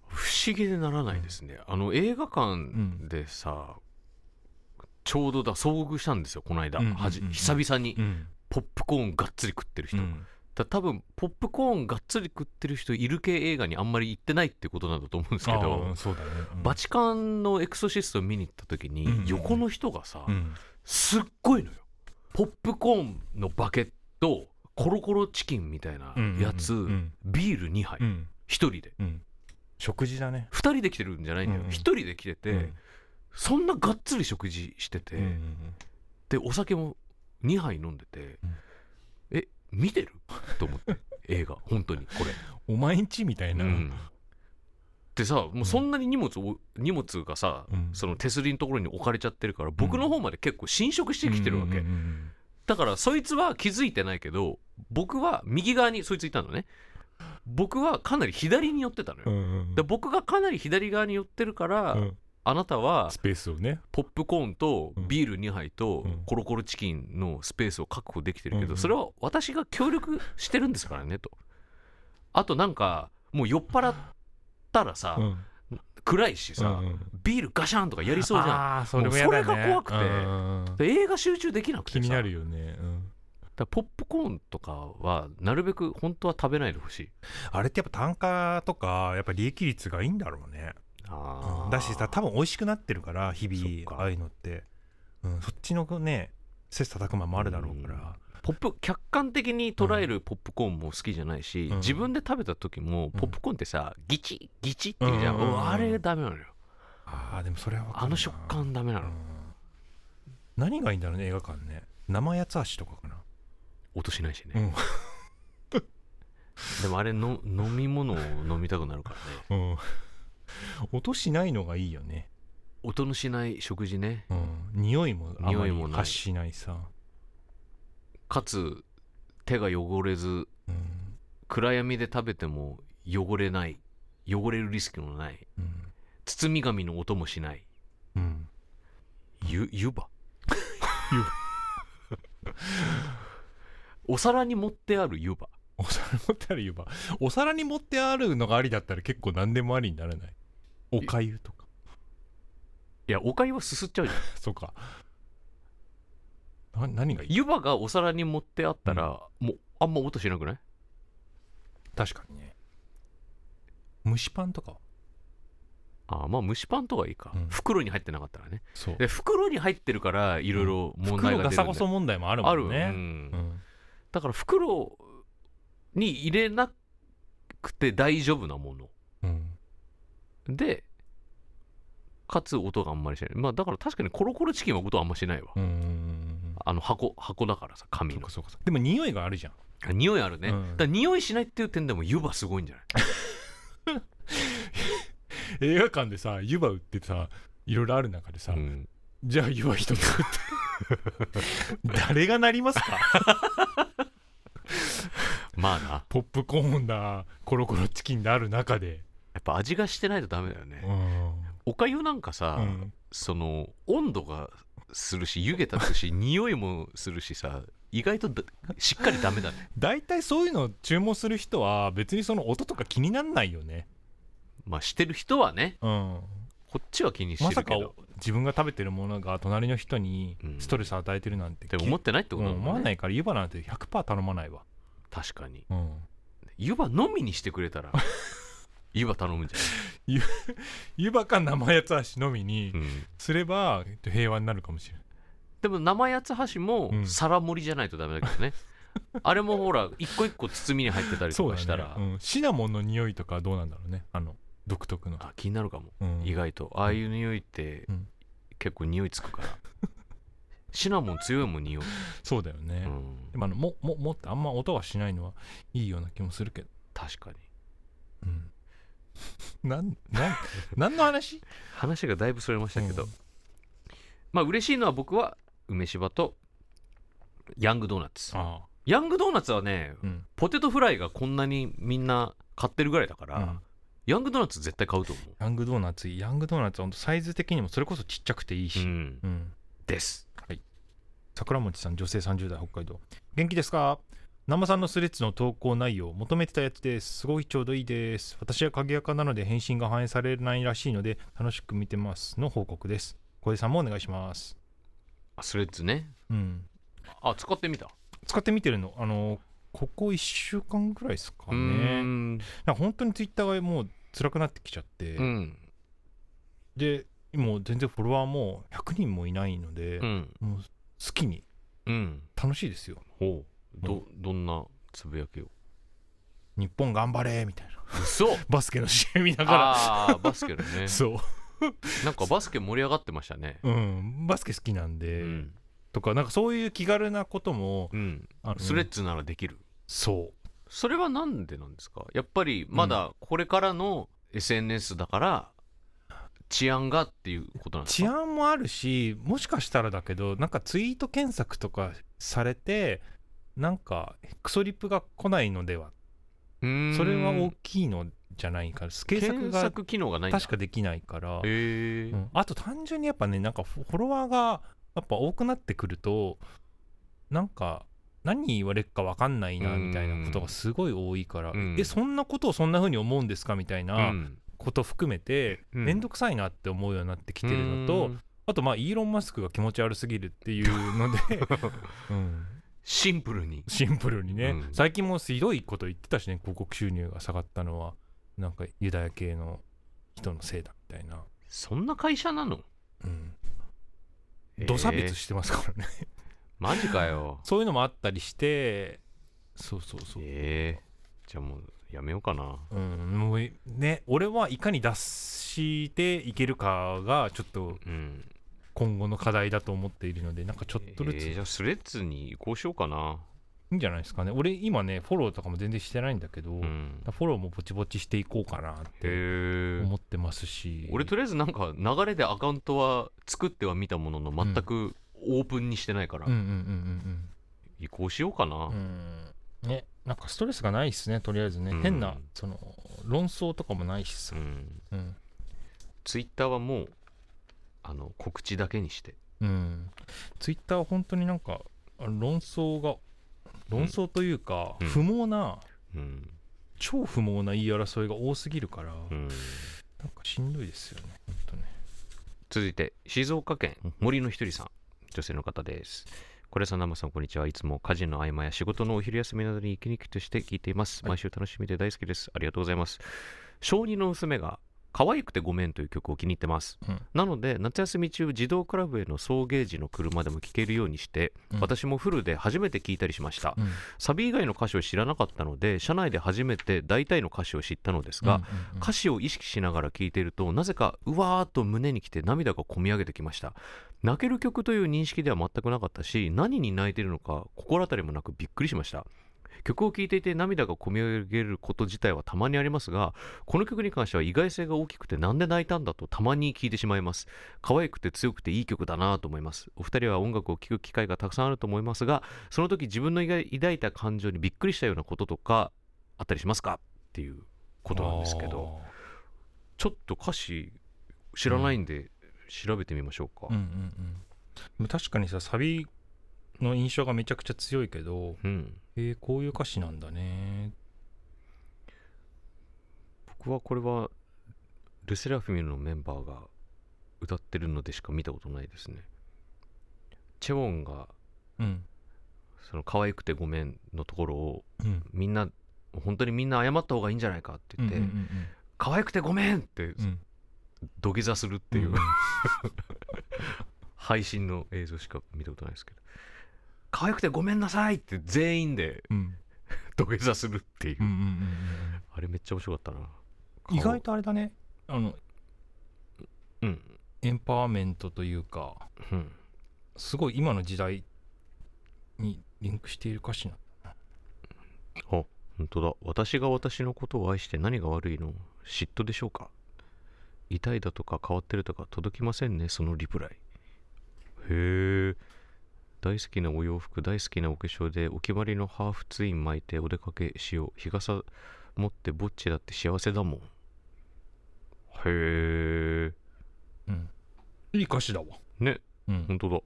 Speaker 1: 不思議でならないですね、あの映画館でさ、ちょうどだ遭遇したんですよこの間、
Speaker 2: うんうんうんうん
Speaker 1: はじ久々に
Speaker 2: うん、
Speaker 1: ポップコーンがっつり食ってる人、
Speaker 2: うん
Speaker 1: だ多分ポップコーンがっつり食ってる人いる系映画にあんまり行ってないってことなんだと思うんですけ
Speaker 2: あーう
Speaker 1: ど
Speaker 2: んそうだね、うん
Speaker 1: バチカンのエクソシスト見に行った時に
Speaker 2: うんうんうん
Speaker 1: 横の人がさ、
Speaker 2: うん
Speaker 1: すっごいのよポップコーンのバケットコロコロチキンみたいなやつ、
Speaker 2: うんうん
Speaker 1: ビール2杯、
Speaker 2: う
Speaker 1: 1
Speaker 2: ん
Speaker 1: 人で
Speaker 2: うん食事だね
Speaker 1: 2人で来てるんじゃないんだよ、
Speaker 2: うんうん
Speaker 1: 1人で来てて、
Speaker 2: うん
Speaker 1: そんながっつり食事してて、
Speaker 2: うんうんうん
Speaker 1: でお酒も2杯飲んでて、
Speaker 2: うん
Speaker 1: え見てる と思って映画本当にこれ。
Speaker 2: お前んちみたいな、
Speaker 1: うんでさもうそんなに荷物を、荷物がさ、
Speaker 2: うん
Speaker 1: その手すりのところに置かれちゃってるから僕の方まで結構侵食してきてるわけ、
Speaker 2: うんうんうん
Speaker 1: だからそいつは気づいてないけど僕は右側にそいついたのね僕はかなり左に寄ってたのよ、
Speaker 2: うんうんうん
Speaker 1: で僕がかなり左側に寄ってるから、
Speaker 2: うん
Speaker 1: あなたは
Speaker 2: スペースをね
Speaker 1: ポップコーンとビール2杯と
Speaker 2: うん
Speaker 1: コロコロチキンのスペースを確保できてるけ
Speaker 2: うんう
Speaker 1: ど
Speaker 2: ん
Speaker 1: それは私が協力してるんですからねとあとなんかもう酔っ払ったらさ
Speaker 2: うん
Speaker 1: 暗いしさ
Speaker 2: うんうん
Speaker 1: ビールガシャンとかやりそうじゃん
Speaker 2: あーそれもやだ
Speaker 1: も
Speaker 2: ね
Speaker 1: うそれが怖くて
Speaker 2: うんうんうん
Speaker 1: で映画集中できなくてさ
Speaker 2: 気になるよね、うん
Speaker 1: だからポップコーンとかはなるべく本当は食べないでほしい
Speaker 2: あれってやっぱ単価とかやっぱ利益率がいいんだろうね
Speaker 1: あー
Speaker 2: だしさ多分美味しくなってるから日
Speaker 1: そっ
Speaker 2: 々
Speaker 1: か
Speaker 2: ああいうのって、うん、そっちのね切磋琢磨もあるだろうから、
Speaker 1: ポップ客観的に捉えるポップコーンも好きじゃないし、
Speaker 2: うん
Speaker 1: 自分で食べた時もポップコーンってさ、ギチギチっていうじゃん、
Speaker 2: うんうんうん
Speaker 1: 俺あれダメなのよ
Speaker 2: ああでもそれはわかるな
Speaker 1: あの食感ダメなの、
Speaker 2: うん何がいいんだろうね映画館ね生八つ足とかかな
Speaker 1: 音しないしね、
Speaker 2: うん
Speaker 1: でもあれの飲み物を飲みたくなるからね
Speaker 2: うん 音しないのがいいよね、
Speaker 1: 音のしない食事ね
Speaker 2: うん、匂いもあま
Speaker 1: 匂い
Speaker 2: り
Speaker 1: もない
Speaker 2: 発しないさ
Speaker 1: かつ手が汚れず
Speaker 2: うん
Speaker 1: 暗闇で食べても汚れない汚れるリスクのない
Speaker 2: うん
Speaker 1: 包み紙の音もしない
Speaker 2: うん
Speaker 1: ゆ湯葉
Speaker 2: 湯
Speaker 1: お皿に持ってある湯葉
Speaker 2: お皿に持ってある湯葉お皿に持ってあるのがありだったら結構何でもありにならないおかゆとか
Speaker 1: いやお粥はすすっちゃうじゃん
Speaker 2: そうかな何がいい
Speaker 1: 湯葉がお皿に持ってあったら、もうあんま音しなくない
Speaker 2: 確かにね蒸しパンとかは
Speaker 1: あーまあ蒸しパンとかいいか、
Speaker 2: うん
Speaker 1: 袋に入ってなかったらね
Speaker 2: そう
Speaker 1: で袋に入ってるからいろいろ問題
Speaker 2: 袋
Speaker 1: が出るんだ
Speaker 2: ガ
Speaker 1: よ
Speaker 2: サゴソ問題もあるも
Speaker 1: ある
Speaker 2: んね
Speaker 1: うん
Speaker 2: うん
Speaker 1: だから袋に入れなくて大丈夫なもの
Speaker 2: うん
Speaker 1: でかつ音があんまりしないまあだから確かにコロコロチキンは音あんましないわ、
Speaker 2: うんうんうん
Speaker 1: あの箱箱だからさ紙
Speaker 2: そう
Speaker 1: の
Speaker 2: かそうかそうでも匂いがあるじゃん
Speaker 1: あ匂いあるね、
Speaker 2: うん
Speaker 1: だから匂いしないっていう点でも湯葉すごいんじゃない
Speaker 2: 映画館でさ湯葉売ってさいろいろある中でさ、
Speaker 1: うん
Speaker 2: じゃあ湯葉一つって 誰がなりますか
Speaker 1: まあな
Speaker 2: ポップコーンだコロコロチキンである中で、
Speaker 1: やっぱ味がしてないとダメだよね、
Speaker 2: うん
Speaker 1: おかゆなんかさ、
Speaker 2: うん
Speaker 1: その温度がするし湯気立つ し匂いもするしさ意外とだしっかりダメだ ね
Speaker 2: 大体そういうのを注文する人は別にその音とか気になんないよね、
Speaker 1: まあしてる人はね
Speaker 2: うん、
Speaker 1: こっちは気にし
Speaker 2: ま
Speaker 1: て
Speaker 2: さ
Speaker 1: るけ
Speaker 2: か
Speaker 1: ど、
Speaker 2: 自分が食べてるものが隣の人に
Speaker 1: うん
Speaker 2: ストレス与えてるなんて、
Speaker 1: って思ってないってことだ
Speaker 2: うん
Speaker 1: もんね、
Speaker 2: 思わないから湯葉なんて100%頼まないわ、
Speaker 1: 確かに
Speaker 2: うん、
Speaker 1: 湯葉のみにしてくれたら湯葉頼むんじゃ
Speaker 2: 湯葉か生八つ橋のみに
Speaker 1: ない、うん、
Speaker 2: すれば、えっと平和になるかもしれない
Speaker 1: でも生八つ橋も
Speaker 2: うん
Speaker 1: 皿盛りじゃないとダメだけど ね、あれもほら一個一個包みに入ってたりと
Speaker 2: そう
Speaker 1: か
Speaker 2: だ
Speaker 1: したら、
Speaker 2: ねうん、シナモンの匂いとかどうなんだろうねあの独特の、
Speaker 1: あ気になるかも
Speaker 2: うん
Speaker 1: 意外とああいう匂いって、
Speaker 2: うん
Speaker 1: 結構匂いつくから シナモン強いもん匂い、
Speaker 2: そうだよね、
Speaker 1: うん、
Speaker 2: でもあのもももってあんま音はしないのはいいような気もするけど、
Speaker 1: 確かに
Speaker 2: うん、なん なん何の話
Speaker 1: 話がだいぶそれましたけど、
Speaker 2: うん
Speaker 1: まあ嬉しいのは僕は梅しばとヤングドーナツ
Speaker 2: あ
Speaker 1: ヤングドーナツはね
Speaker 2: あうん、
Speaker 1: ポテトフライがこんなにみんな買ってるぐらいだから、
Speaker 2: うん
Speaker 1: ヤングドーナツ絶対買うと思、
Speaker 2: ヤングドーナツヤングドーナツはほんとサイズ的にもそれこそちっちゃくていいう
Speaker 1: う
Speaker 2: し、
Speaker 1: ん、
Speaker 2: うん
Speaker 1: です
Speaker 2: 桜餅さん女性30代北海道元気ですか生さんのスレッズの投稿内容求めてたやつですすごいちょうどいいです私は鍵垢なので返信が反映されないらしいので楽しく見てますの報告です小出さんもお願いします
Speaker 1: あスレッズね
Speaker 2: うん
Speaker 1: あ使ってみた
Speaker 2: 使ってみてるのあのここ1週間ぐらいですか
Speaker 1: うー
Speaker 2: ね
Speaker 1: ん
Speaker 2: なんか本当にツイッターがもう辛くなってきちゃって、
Speaker 1: うん
Speaker 2: でもう全然フォロワーも100人もいないので、
Speaker 1: うん
Speaker 2: もう好きに
Speaker 1: うん
Speaker 2: 楽しいですよ
Speaker 1: ほうどどんなつぶやきを
Speaker 2: 日本頑張れみたいな
Speaker 1: 嘘
Speaker 2: バスケの試合見なが
Speaker 1: ああーバスケのね
Speaker 2: ら そう
Speaker 1: なんかバスケ盛り上がってましたね
Speaker 2: うん、バスケ好きなんで、
Speaker 1: うん、
Speaker 2: とかなんかそういう気軽なことも
Speaker 1: うん、
Speaker 2: あの
Speaker 1: スレッズならできる
Speaker 2: そ
Speaker 1: それはなんでなんですかやっぱりまだこれからの SNS だから治安がっていうことな
Speaker 2: うん
Speaker 1: です
Speaker 2: 治
Speaker 1: か
Speaker 2: 安もあるしもしかしたらだけどなんかツイート検索とかされてなんかクソリップが来ないのでは
Speaker 1: うーん
Speaker 2: それは大きいのじゃないから検索
Speaker 1: 検
Speaker 2: が
Speaker 1: 索機能がないんだ
Speaker 2: 確かできないから、
Speaker 1: へえ
Speaker 2: うんあと単純にやっぱねなんかフォフォロワーがやっぱ多くなってくるとなんか何言われるか分かんないな
Speaker 1: うん
Speaker 2: みたいなことがすごい多いから、
Speaker 1: うん
Speaker 2: えそんなことをそんな風に思うんですかみたいなこと含めて
Speaker 1: うん
Speaker 2: 面倒、くさいなって思うようになってきてるのと、あとまあイーロン・マスクが気持ち悪すぎるっていうので、うん
Speaker 1: シンプルに
Speaker 2: シンプルにね、
Speaker 1: うん
Speaker 2: 最近もひどいこと言ってたしね広告収入が下がったのはなんかユダヤ系の人のせいだみたいな、
Speaker 1: そんな会社なの
Speaker 2: うん、土差
Speaker 1: へ
Speaker 2: 別
Speaker 1: え
Speaker 2: してますからね
Speaker 1: マジかよ
Speaker 2: そういうのもあったりしてそうそうそう、
Speaker 1: ええじゃあもうやめようかな
Speaker 2: うん、もうね俺はいかに脱していけるかがちょっと
Speaker 1: うん
Speaker 2: 今後の課題だと思っているのでなんかちょっとずつ
Speaker 1: えーじゃあスレッズに移行しようかな、
Speaker 2: いいんじゃないですかね俺今ねフォローとかも全然してないんだけど、
Speaker 1: うん、
Speaker 2: フォローもぼちぼちしていこうかなっ
Speaker 1: へ
Speaker 2: て
Speaker 1: ー
Speaker 2: 思ってますし、
Speaker 1: 俺とりあえずなんか流れでアカウントは作っては見たものの全くオープンにしてないから
Speaker 2: うんうんうんうんうん
Speaker 1: 移行しようかな、
Speaker 2: うんね、なんかストレスがないですね、とりあえずね。
Speaker 1: うん
Speaker 2: 変な、その、論争とかもないしさ
Speaker 1: う。ん、
Speaker 2: うん。
Speaker 1: ツイッターはもうあの告知だけにして
Speaker 2: うん。ツイッターは本当になんか、あ論争が、論争というか、
Speaker 1: うん
Speaker 2: 不毛な、
Speaker 1: うん、
Speaker 2: 超不毛な言い争いが多すぎるから、
Speaker 1: うん、
Speaker 2: なんかしんどいですよね、本当ね。
Speaker 1: 続いて静岡県森のひとりさん女性の方ですこれさん、南波さん、こんにちは。いつも家事の合間や仕事のお昼休みなどに生き生きとして聞いています。毎週楽しみで大好きです。ありがとうございます。小児の娘が可愛くてごめんという曲を気に入ってます。
Speaker 2: うん
Speaker 1: なので夏休み中児童クラブへの送迎時の車でも聴けるようにして、
Speaker 2: うん
Speaker 1: 私もフルで初めて聴いたりしました、
Speaker 2: うん
Speaker 1: サビ以外の歌詞を知らなかったので車内で初めて大体の歌詞を知ったのですが、
Speaker 2: うん
Speaker 1: 歌詞を意識しながら聴いているとなぜかうわーっと胸にきて涙がこみ上げてきました泣ける曲という認識では全くなかったし何に泣いてるのか心当たりもなくびっくりしました曲を聴いていて涙がこみ上げること自体はたまにありますがこの曲に関しては意外性が大きくてなんで泣いたんだとたまに聞いてしまいます可愛くて強くていい曲だなと思いますお二人は音楽を聴く機会がたくさんあると思いますがその時自分の抱いた感情にびっくりしたようなこととかあったりしますかっていうことなんですけど。ちょっと歌詞知らないんで調べてみましょうか
Speaker 2: あー。うんうんうんでも確かにさ、サビの印象がめちゃくちゃ強いけど、
Speaker 1: うん、
Speaker 2: えーこういう歌詞なんだね。
Speaker 1: 僕はこれはルセラフィミのメンバーが歌ってるのでしか見たことないですね。チェウォンが
Speaker 2: うん。
Speaker 1: その可愛くてごめんのところを
Speaker 2: うん。
Speaker 1: みんな本当にみんな謝った方がいいんじゃないかって言って、
Speaker 2: うんうんうんうん
Speaker 1: 可愛くてごめんって
Speaker 2: うん、
Speaker 1: 土下座するっていう、
Speaker 2: うん
Speaker 1: 配信の映像しか見たことないですけど可愛くてごめんなさいって全員で
Speaker 2: うん
Speaker 1: 土下座するっていう、
Speaker 2: うんうんうんうん
Speaker 1: あれめっちゃ面白かったな
Speaker 2: うん、意外
Speaker 1: と
Speaker 2: とあれだねあの
Speaker 1: うん
Speaker 2: エンパワーメントというか
Speaker 1: うん
Speaker 2: すごい今の時代にリンクしているかしら
Speaker 1: あ本当だ私が私のことを愛して何が悪いの嫉妬でしょうか痛いだとか変わってるとか届きませんねそのリプライへえ大好きなお洋服大好きなお化粧でお決まりのハーフツイン巻いてお出かけしよう日傘持ってぼっちだって幸せだもんへえ
Speaker 2: うんいい歌詞だわ
Speaker 1: ね
Speaker 2: うん
Speaker 1: 本当だ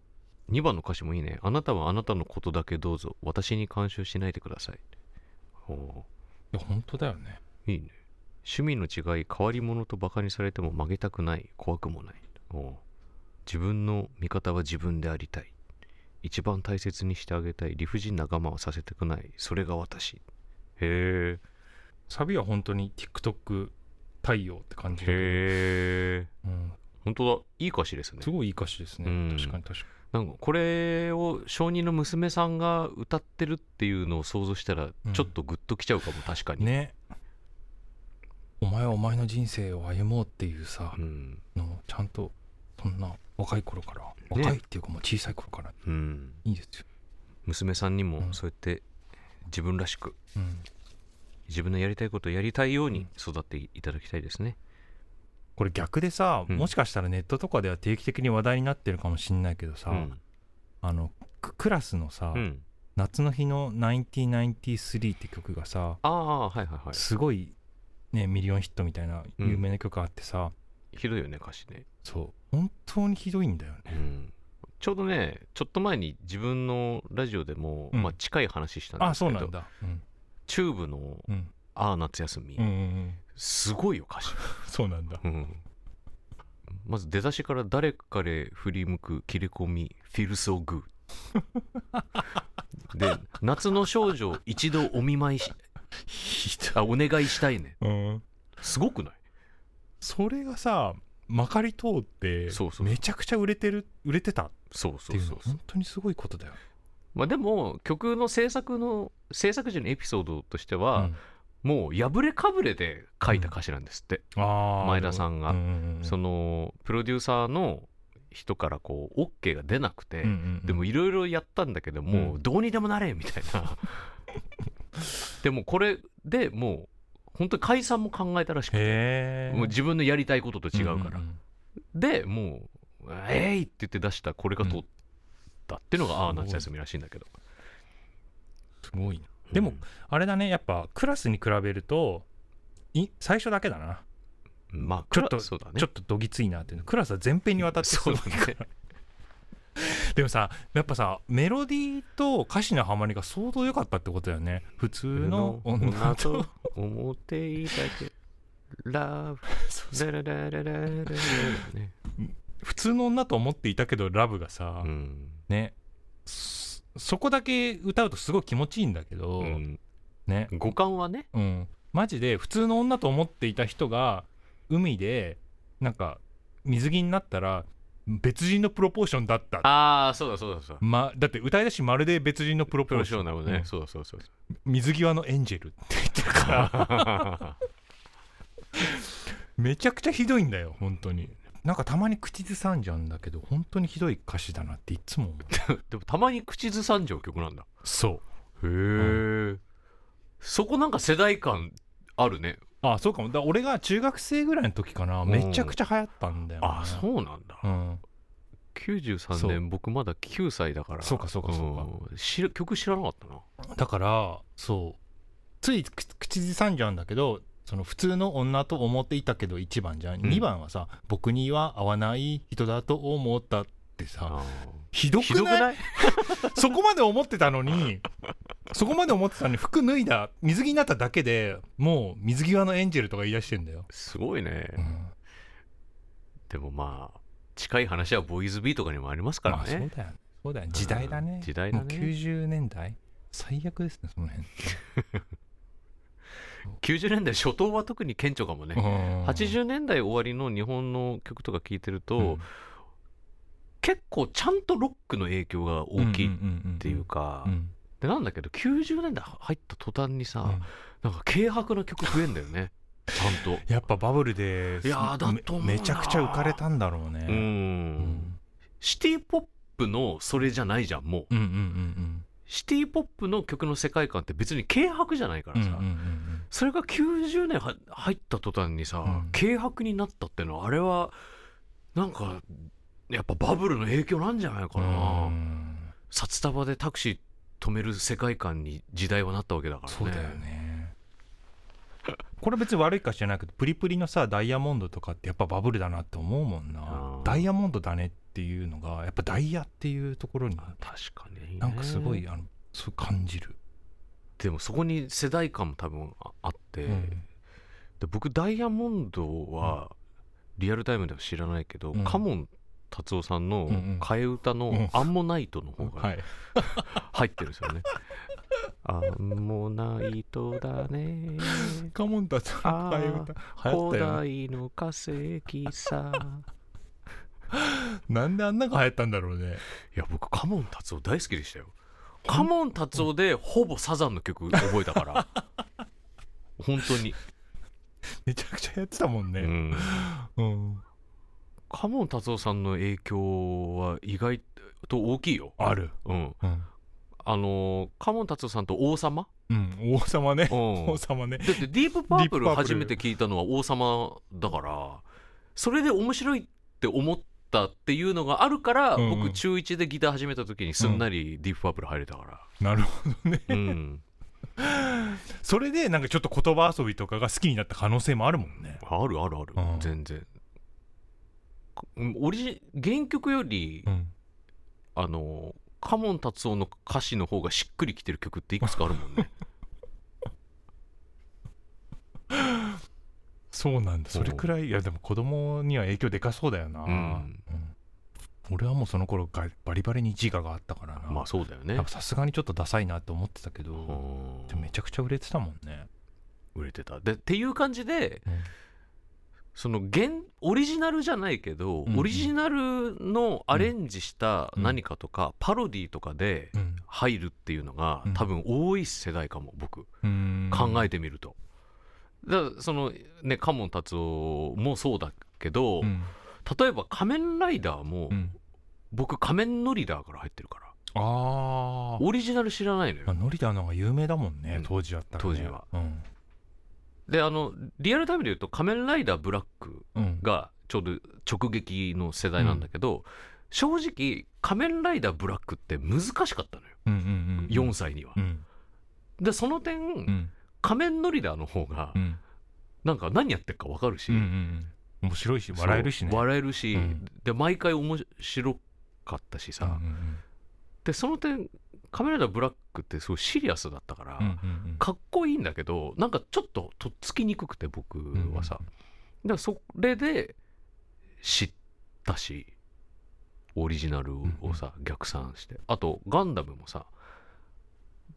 Speaker 1: 2番の歌詞もいいねあなたはあなたのことだけどうぞ私に干渉しないでくださいほう
Speaker 2: いや本当だよね
Speaker 1: いいね。趣味の違い、変わり者とバカにされても曲げたくない、怖くもない。おう自分の味方は自分でありたい。一番大切にしてあげたい、理不尽な我慢はさせてくない、それが私。へ
Speaker 2: サビは本当に TikTok 対応って感
Speaker 1: え。
Speaker 2: じだけど
Speaker 1: へえ。
Speaker 2: うん、
Speaker 1: 本当だ。いい歌詞ですね
Speaker 2: す。ごいいい歌詞ですね、
Speaker 1: うん
Speaker 2: 確かに確か
Speaker 1: なんかこれを証人の娘さんが歌ってるっていうのを想像したら
Speaker 2: うん、
Speaker 1: ちょっとグッときちゃうかも、確か
Speaker 2: に
Speaker 1: に。
Speaker 2: ねお前はお前の人生を歩もうっていうさ
Speaker 1: う、ん。
Speaker 2: のちゃんとそんな若い頃から
Speaker 1: ね
Speaker 2: 若いっていうかもう小さい頃から
Speaker 1: うん。
Speaker 2: いいですよ、
Speaker 1: 娘さんに
Speaker 2: う
Speaker 1: も
Speaker 2: ん
Speaker 1: そうやって自分らしく
Speaker 2: うん、
Speaker 1: 自分のやりたいことをやりたいよう
Speaker 2: う
Speaker 1: に
Speaker 2: ん
Speaker 1: 育っていただきたいですね。
Speaker 2: これ逆でさ、
Speaker 1: うん
Speaker 2: もしかしたらネットとかでは定期的に話題になってるかもしんないけどさ、
Speaker 1: うん
Speaker 2: あのククラスのさ、
Speaker 1: うん、
Speaker 2: 夏の日の1993って曲がさ
Speaker 1: ああはいはいは
Speaker 2: すごいねミリオンヒットみたいな
Speaker 1: うん
Speaker 2: 有名な曲があってさ、
Speaker 1: い。ひどいよね歌詞ね、
Speaker 2: そう本当にひどいんだよね
Speaker 1: うん。ちょうどねちょっと前に自分のラジオでも、
Speaker 2: うん
Speaker 1: まあ、近い話したん
Speaker 2: あ
Speaker 1: です
Speaker 2: そう
Speaker 1: け
Speaker 2: なん
Speaker 1: ど
Speaker 2: だうん
Speaker 1: チューブの
Speaker 2: うん
Speaker 1: 「ああ夏休み」
Speaker 2: うんうんうん
Speaker 1: すごいよ歌詞、
Speaker 2: そうなんだ
Speaker 1: うんまず出だしから「誰彼振り向く切れ込みフィルソーグー」で「夏の少女一度お見舞いしあお願いしたいね
Speaker 2: うん」
Speaker 1: すごくない
Speaker 2: それがさまかり通って
Speaker 1: そうそう
Speaker 2: めちゃくちゃ売れてる売れてたっ
Speaker 1: そう
Speaker 2: て
Speaker 1: そ
Speaker 2: いううの
Speaker 1: そう
Speaker 2: は
Speaker 1: そう
Speaker 2: 本当にすごいことだよ
Speaker 1: まあでも曲の制作の制作時のエピソードとして
Speaker 2: う
Speaker 1: は、
Speaker 2: ん
Speaker 1: もう破れかぶれで書いた歌詞なんですって、
Speaker 2: あー
Speaker 1: 前田さんが
Speaker 2: ううんうん
Speaker 1: そのプロデューサーの人からこう OK が出なくて、
Speaker 2: うんうんうん
Speaker 1: でもいろいろやったんだけども
Speaker 2: う
Speaker 1: うんどうにでもなれみたい なでもこれでもう本当に解散も考えたらしくて
Speaker 2: へえ
Speaker 1: もう自分のやりたいことと違うから、
Speaker 2: んん
Speaker 1: でもう「えい!」って言って出したこれが通ったっていうのが、ああ夏休みらしいんだけど
Speaker 2: すごいなでもあれだねやっぱクラスに比べるとい最初だけだな
Speaker 1: うんまあ
Speaker 2: ちょっと
Speaker 1: そうだね
Speaker 2: ちょっとどぎついなっていうのクラスは全編にわたってすごい
Speaker 1: そうだね
Speaker 2: でもさやっぱさメロディーと歌詞のハマりが相当良かったってことだよね普通の女と
Speaker 1: 思っていたけラブラララララララね
Speaker 2: 普通の女と思っていたけどラブがさ、
Speaker 1: うん
Speaker 2: ねそそこだけ歌うとすごい気持ちいいんだけど、
Speaker 1: うん
Speaker 2: ね
Speaker 1: 五感はね
Speaker 2: うんマジで普通の女と思っていた人が海でなんか水着になったら別人のプロポーションだった
Speaker 1: ああそうだそうだそうだ
Speaker 2: ま、だって歌い出しまるで別人のプロ
Speaker 1: プ
Speaker 2: ポ
Speaker 1: ロ
Speaker 2: ー
Speaker 1: フェッシ
Speaker 2: ショ
Speaker 1: ョ
Speaker 2: ン
Speaker 1: ナルね
Speaker 2: うん
Speaker 1: そうだそうだそうだ
Speaker 2: 水際のエンジェルって言ってるからめちゃくちゃひどいんだよ本当になんかたまに口ずさんじゃうんだけど本当にひどい歌詞だなっていつも思う
Speaker 1: でもたまに口ずさんじゃう曲なんだ
Speaker 2: そう
Speaker 1: へえ、そこなんか世代感あるね
Speaker 2: あそうかもだ俺が中学生ぐらいの時かな
Speaker 1: うん
Speaker 2: めちゃくちゃ流行ったんだよ、ね、
Speaker 1: あそうなんだ
Speaker 2: う、ん、
Speaker 1: 93
Speaker 2: そう
Speaker 1: 年僕まだ9歳だから
Speaker 2: そうかそうかそうか
Speaker 1: ん知る曲知らなかったな
Speaker 2: だからそうつい口口ずさんじゃうんだけどその普通の女と思っていたけど1番じゃん、
Speaker 1: ん
Speaker 2: 2番はさ「僕には合わない人だと思った」ってさ
Speaker 1: あ
Speaker 2: ひど
Speaker 1: ー
Speaker 2: く
Speaker 1: ひ
Speaker 2: ない
Speaker 1: どくない
Speaker 2: そこまで思ってたのにそこまで思ってたのに服脱いだ水着になっただけでもう水際のエンジェルとか言い出してんだよ、
Speaker 1: すごいね、
Speaker 2: うん
Speaker 1: でもまあ近い話はボーイズビーとかにもありますから
Speaker 2: まあそうだよ
Speaker 1: ね。
Speaker 2: ねそうだよね時代だね、
Speaker 1: 時代だね
Speaker 2: もう90年代最悪ですねその辺
Speaker 1: 90年代初頭は特に顕著かもね、
Speaker 2: うん
Speaker 1: 80年代終わりの日本の曲とか聴いてると、
Speaker 2: うん
Speaker 1: 結構ちゃんとロックの影響が大きいっ
Speaker 2: って
Speaker 1: いう、か、
Speaker 2: うんうんうん
Speaker 1: でなんだけど90年代入った途端にさ、
Speaker 2: うん
Speaker 1: なんか軽薄な曲増えんだよねちゃ んと。
Speaker 2: やっぱバブルで
Speaker 1: いやーだと思うな
Speaker 2: めめちゃくちゃ浮かれたんだろうね、
Speaker 1: うんシティ・ポップのそれじゃないじゃんもう
Speaker 2: うんうんうん
Speaker 1: シティ・ポップの曲の世界観って別に軽薄じゃないか
Speaker 2: うんう
Speaker 1: ら
Speaker 2: ん
Speaker 1: さ、
Speaker 2: うんうん
Speaker 1: それが90年は入った途端にさ、
Speaker 2: うん
Speaker 1: 軽薄になったっていうのはあれはなんかやっぱバブルの影響なんじゃないかな、
Speaker 2: うん
Speaker 1: 札束でタクシー止める世界観に時代はなったわけだからね
Speaker 2: そうだよねこれ別に悪いか知らないけどプリプリのさダイヤモンドとかってやっぱバブルだなって思うもん
Speaker 1: う
Speaker 2: なんダイヤモンドだねっていうのがやっぱダイヤっていうところに
Speaker 1: あ確かにね
Speaker 2: なんかすごいあのそう感じる、
Speaker 1: でもそこに世代感も多分ああって、
Speaker 2: うん
Speaker 1: で僕ダイヤモンドはリアルタイムでは知らないけど、
Speaker 2: うん
Speaker 1: カモン達夫さんの
Speaker 2: うんうん
Speaker 1: 替え歌
Speaker 2: うん
Speaker 1: の「アンモナイト」の方
Speaker 2: は
Speaker 1: が
Speaker 2: い
Speaker 1: 入ってるんですよね。 アンモナイトだ ね
Speaker 2: カモンたちの替え歌流行った
Speaker 1: 古
Speaker 2: よね
Speaker 1: 代の化石さ
Speaker 2: なんであんなが流行ったんだろうね
Speaker 1: いや僕カモン達夫大好きでしたよカモン達夫でほぼサザンの曲覚えたから 本当に、
Speaker 2: めちゃくちゃやってたもん
Speaker 1: う
Speaker 2: ね
Speaker 1: ん、
Speaker 2: うん
Speaker 1: カモン達夫さんの影響は意外と大きいよ
Speaker 2: ある
Speaker 1: うん
Speaker 2: うん
Speaker 1: あのーカモン達夫さんと王様、
Speaker 2: うん、王様ね。
Speaker 1: うん
Speaker 2: 王様ね。
Speaker 1: だってディープパープ
Speaker 2: デ
Speaker 1: ル
Speaker 2: ィープパープル
Speaker 1: 初めて聞いたのは王様だからそれで面白いって思ったっていうのがあるから、
Speaker 2: うんうん
Speaker 1: 僕中1でギター始めた時にすんなりディープパープル入れたか
Speaker 2: なるほどね。
Speaker 1: ら、うん、
Speaker 2: それで、なんかちょっと言葉遊びとかが好きになった可能性もあるもんね。
Speaker 1: あるあるある、
Speaker 2: うん
Speaker 1: 全然うんオリジ原曲より、
Speaker 2: うん。
Speaker 1: あのーカモン達夫の歌詞の方がしっくりきてる曲っていくつかあるもんね
Speaker 2: そうなんだ。それくらい、いや、でも子供には影響でかそうだよな。
Speaker 1: うん
Speaker 2: うん俺はもうその頃がバリバリに自我があったからな。
Speaker 1: まあそうだよね
Speaker 2: やっぱさすがにちょっとダサいなって思ってたけど、
Speaker 1: うん
Speaker 2: でもめちゃくちゃ売れてたもんね。
Speaker 1: 売れてたでっていう感じで、
Speaker 2: うん
Speaker 1: その現オリジナルじゃないけど、
Speaker 2: うんうん
Speaker 1: オリジナルのアレンジした
Speaker 2: うん
Speaker 1: 何かとか、パロディとかで
Speaker 2: うん。
Speaker 1: 入るっていうのが、
Speaker 2: うん
Speaker 1: 多分多い世代かも僕
Speaker 2: うん
Speaker 1: 考えてみると。だからそのねカモン達夫もそうだけど、
Speaker 2: うん
Speaker 1: 例えば「仮面ライダーも」
Speaker 2: うん
Speaker 1: 僕仮面ノリダーから入ってるから
Speaker 2: あー
Speaker 1: オリジナル知らないの
Speaker 2: まあ。
Speaker 1: よ。
Speaker 2: ノリダーの方が有名だもん
Speaker 1: う
Speaker 2: ね
Speaker 1: ん、
Speaker 2: 当時だったら、ね。
Speaker 1: 当時は。
Speaker 2: うん。
Speaker 1: であのリアルタイムで言うと「仮面ライダーブラック」
Speaker 2: うん。
Speaker 1: がちょうど直撃の世代なんだけど、正直「仮面ライダーブラック」って難しかったのよ
Speaker 2: うんうんうん。
Speaker 1: 4歳には
Speaker 2: う。ん。
Speaker 1: でその点、
Speaker 2: うん。
Speaker 1: 仮面ノリダーの方が
Speaker 2: うん。
Speaker 1: なんか何やってるか分かるし、
Speaker 2: うんうんうん、面白いし
Speaker 1: そう
Speaker 2: 笑えるしね
Speaker 1: 笑えるし、
Speaker 2: うん
Speaker 1: で毎回面白かったしさ、
Speaker 2: うん
Speaker 1: でその点「仮面ライダーブラック」ってすごいシリアスだったから、
Speaker 2: うんうん
Speaker 1: かっこいいんだけどなんかちょっととっつきにくくて僕はさ、
Speaker 2: うん
Speaker 1: だからそれで知ったしオリジナルをさ逆算してあとガンダムもさ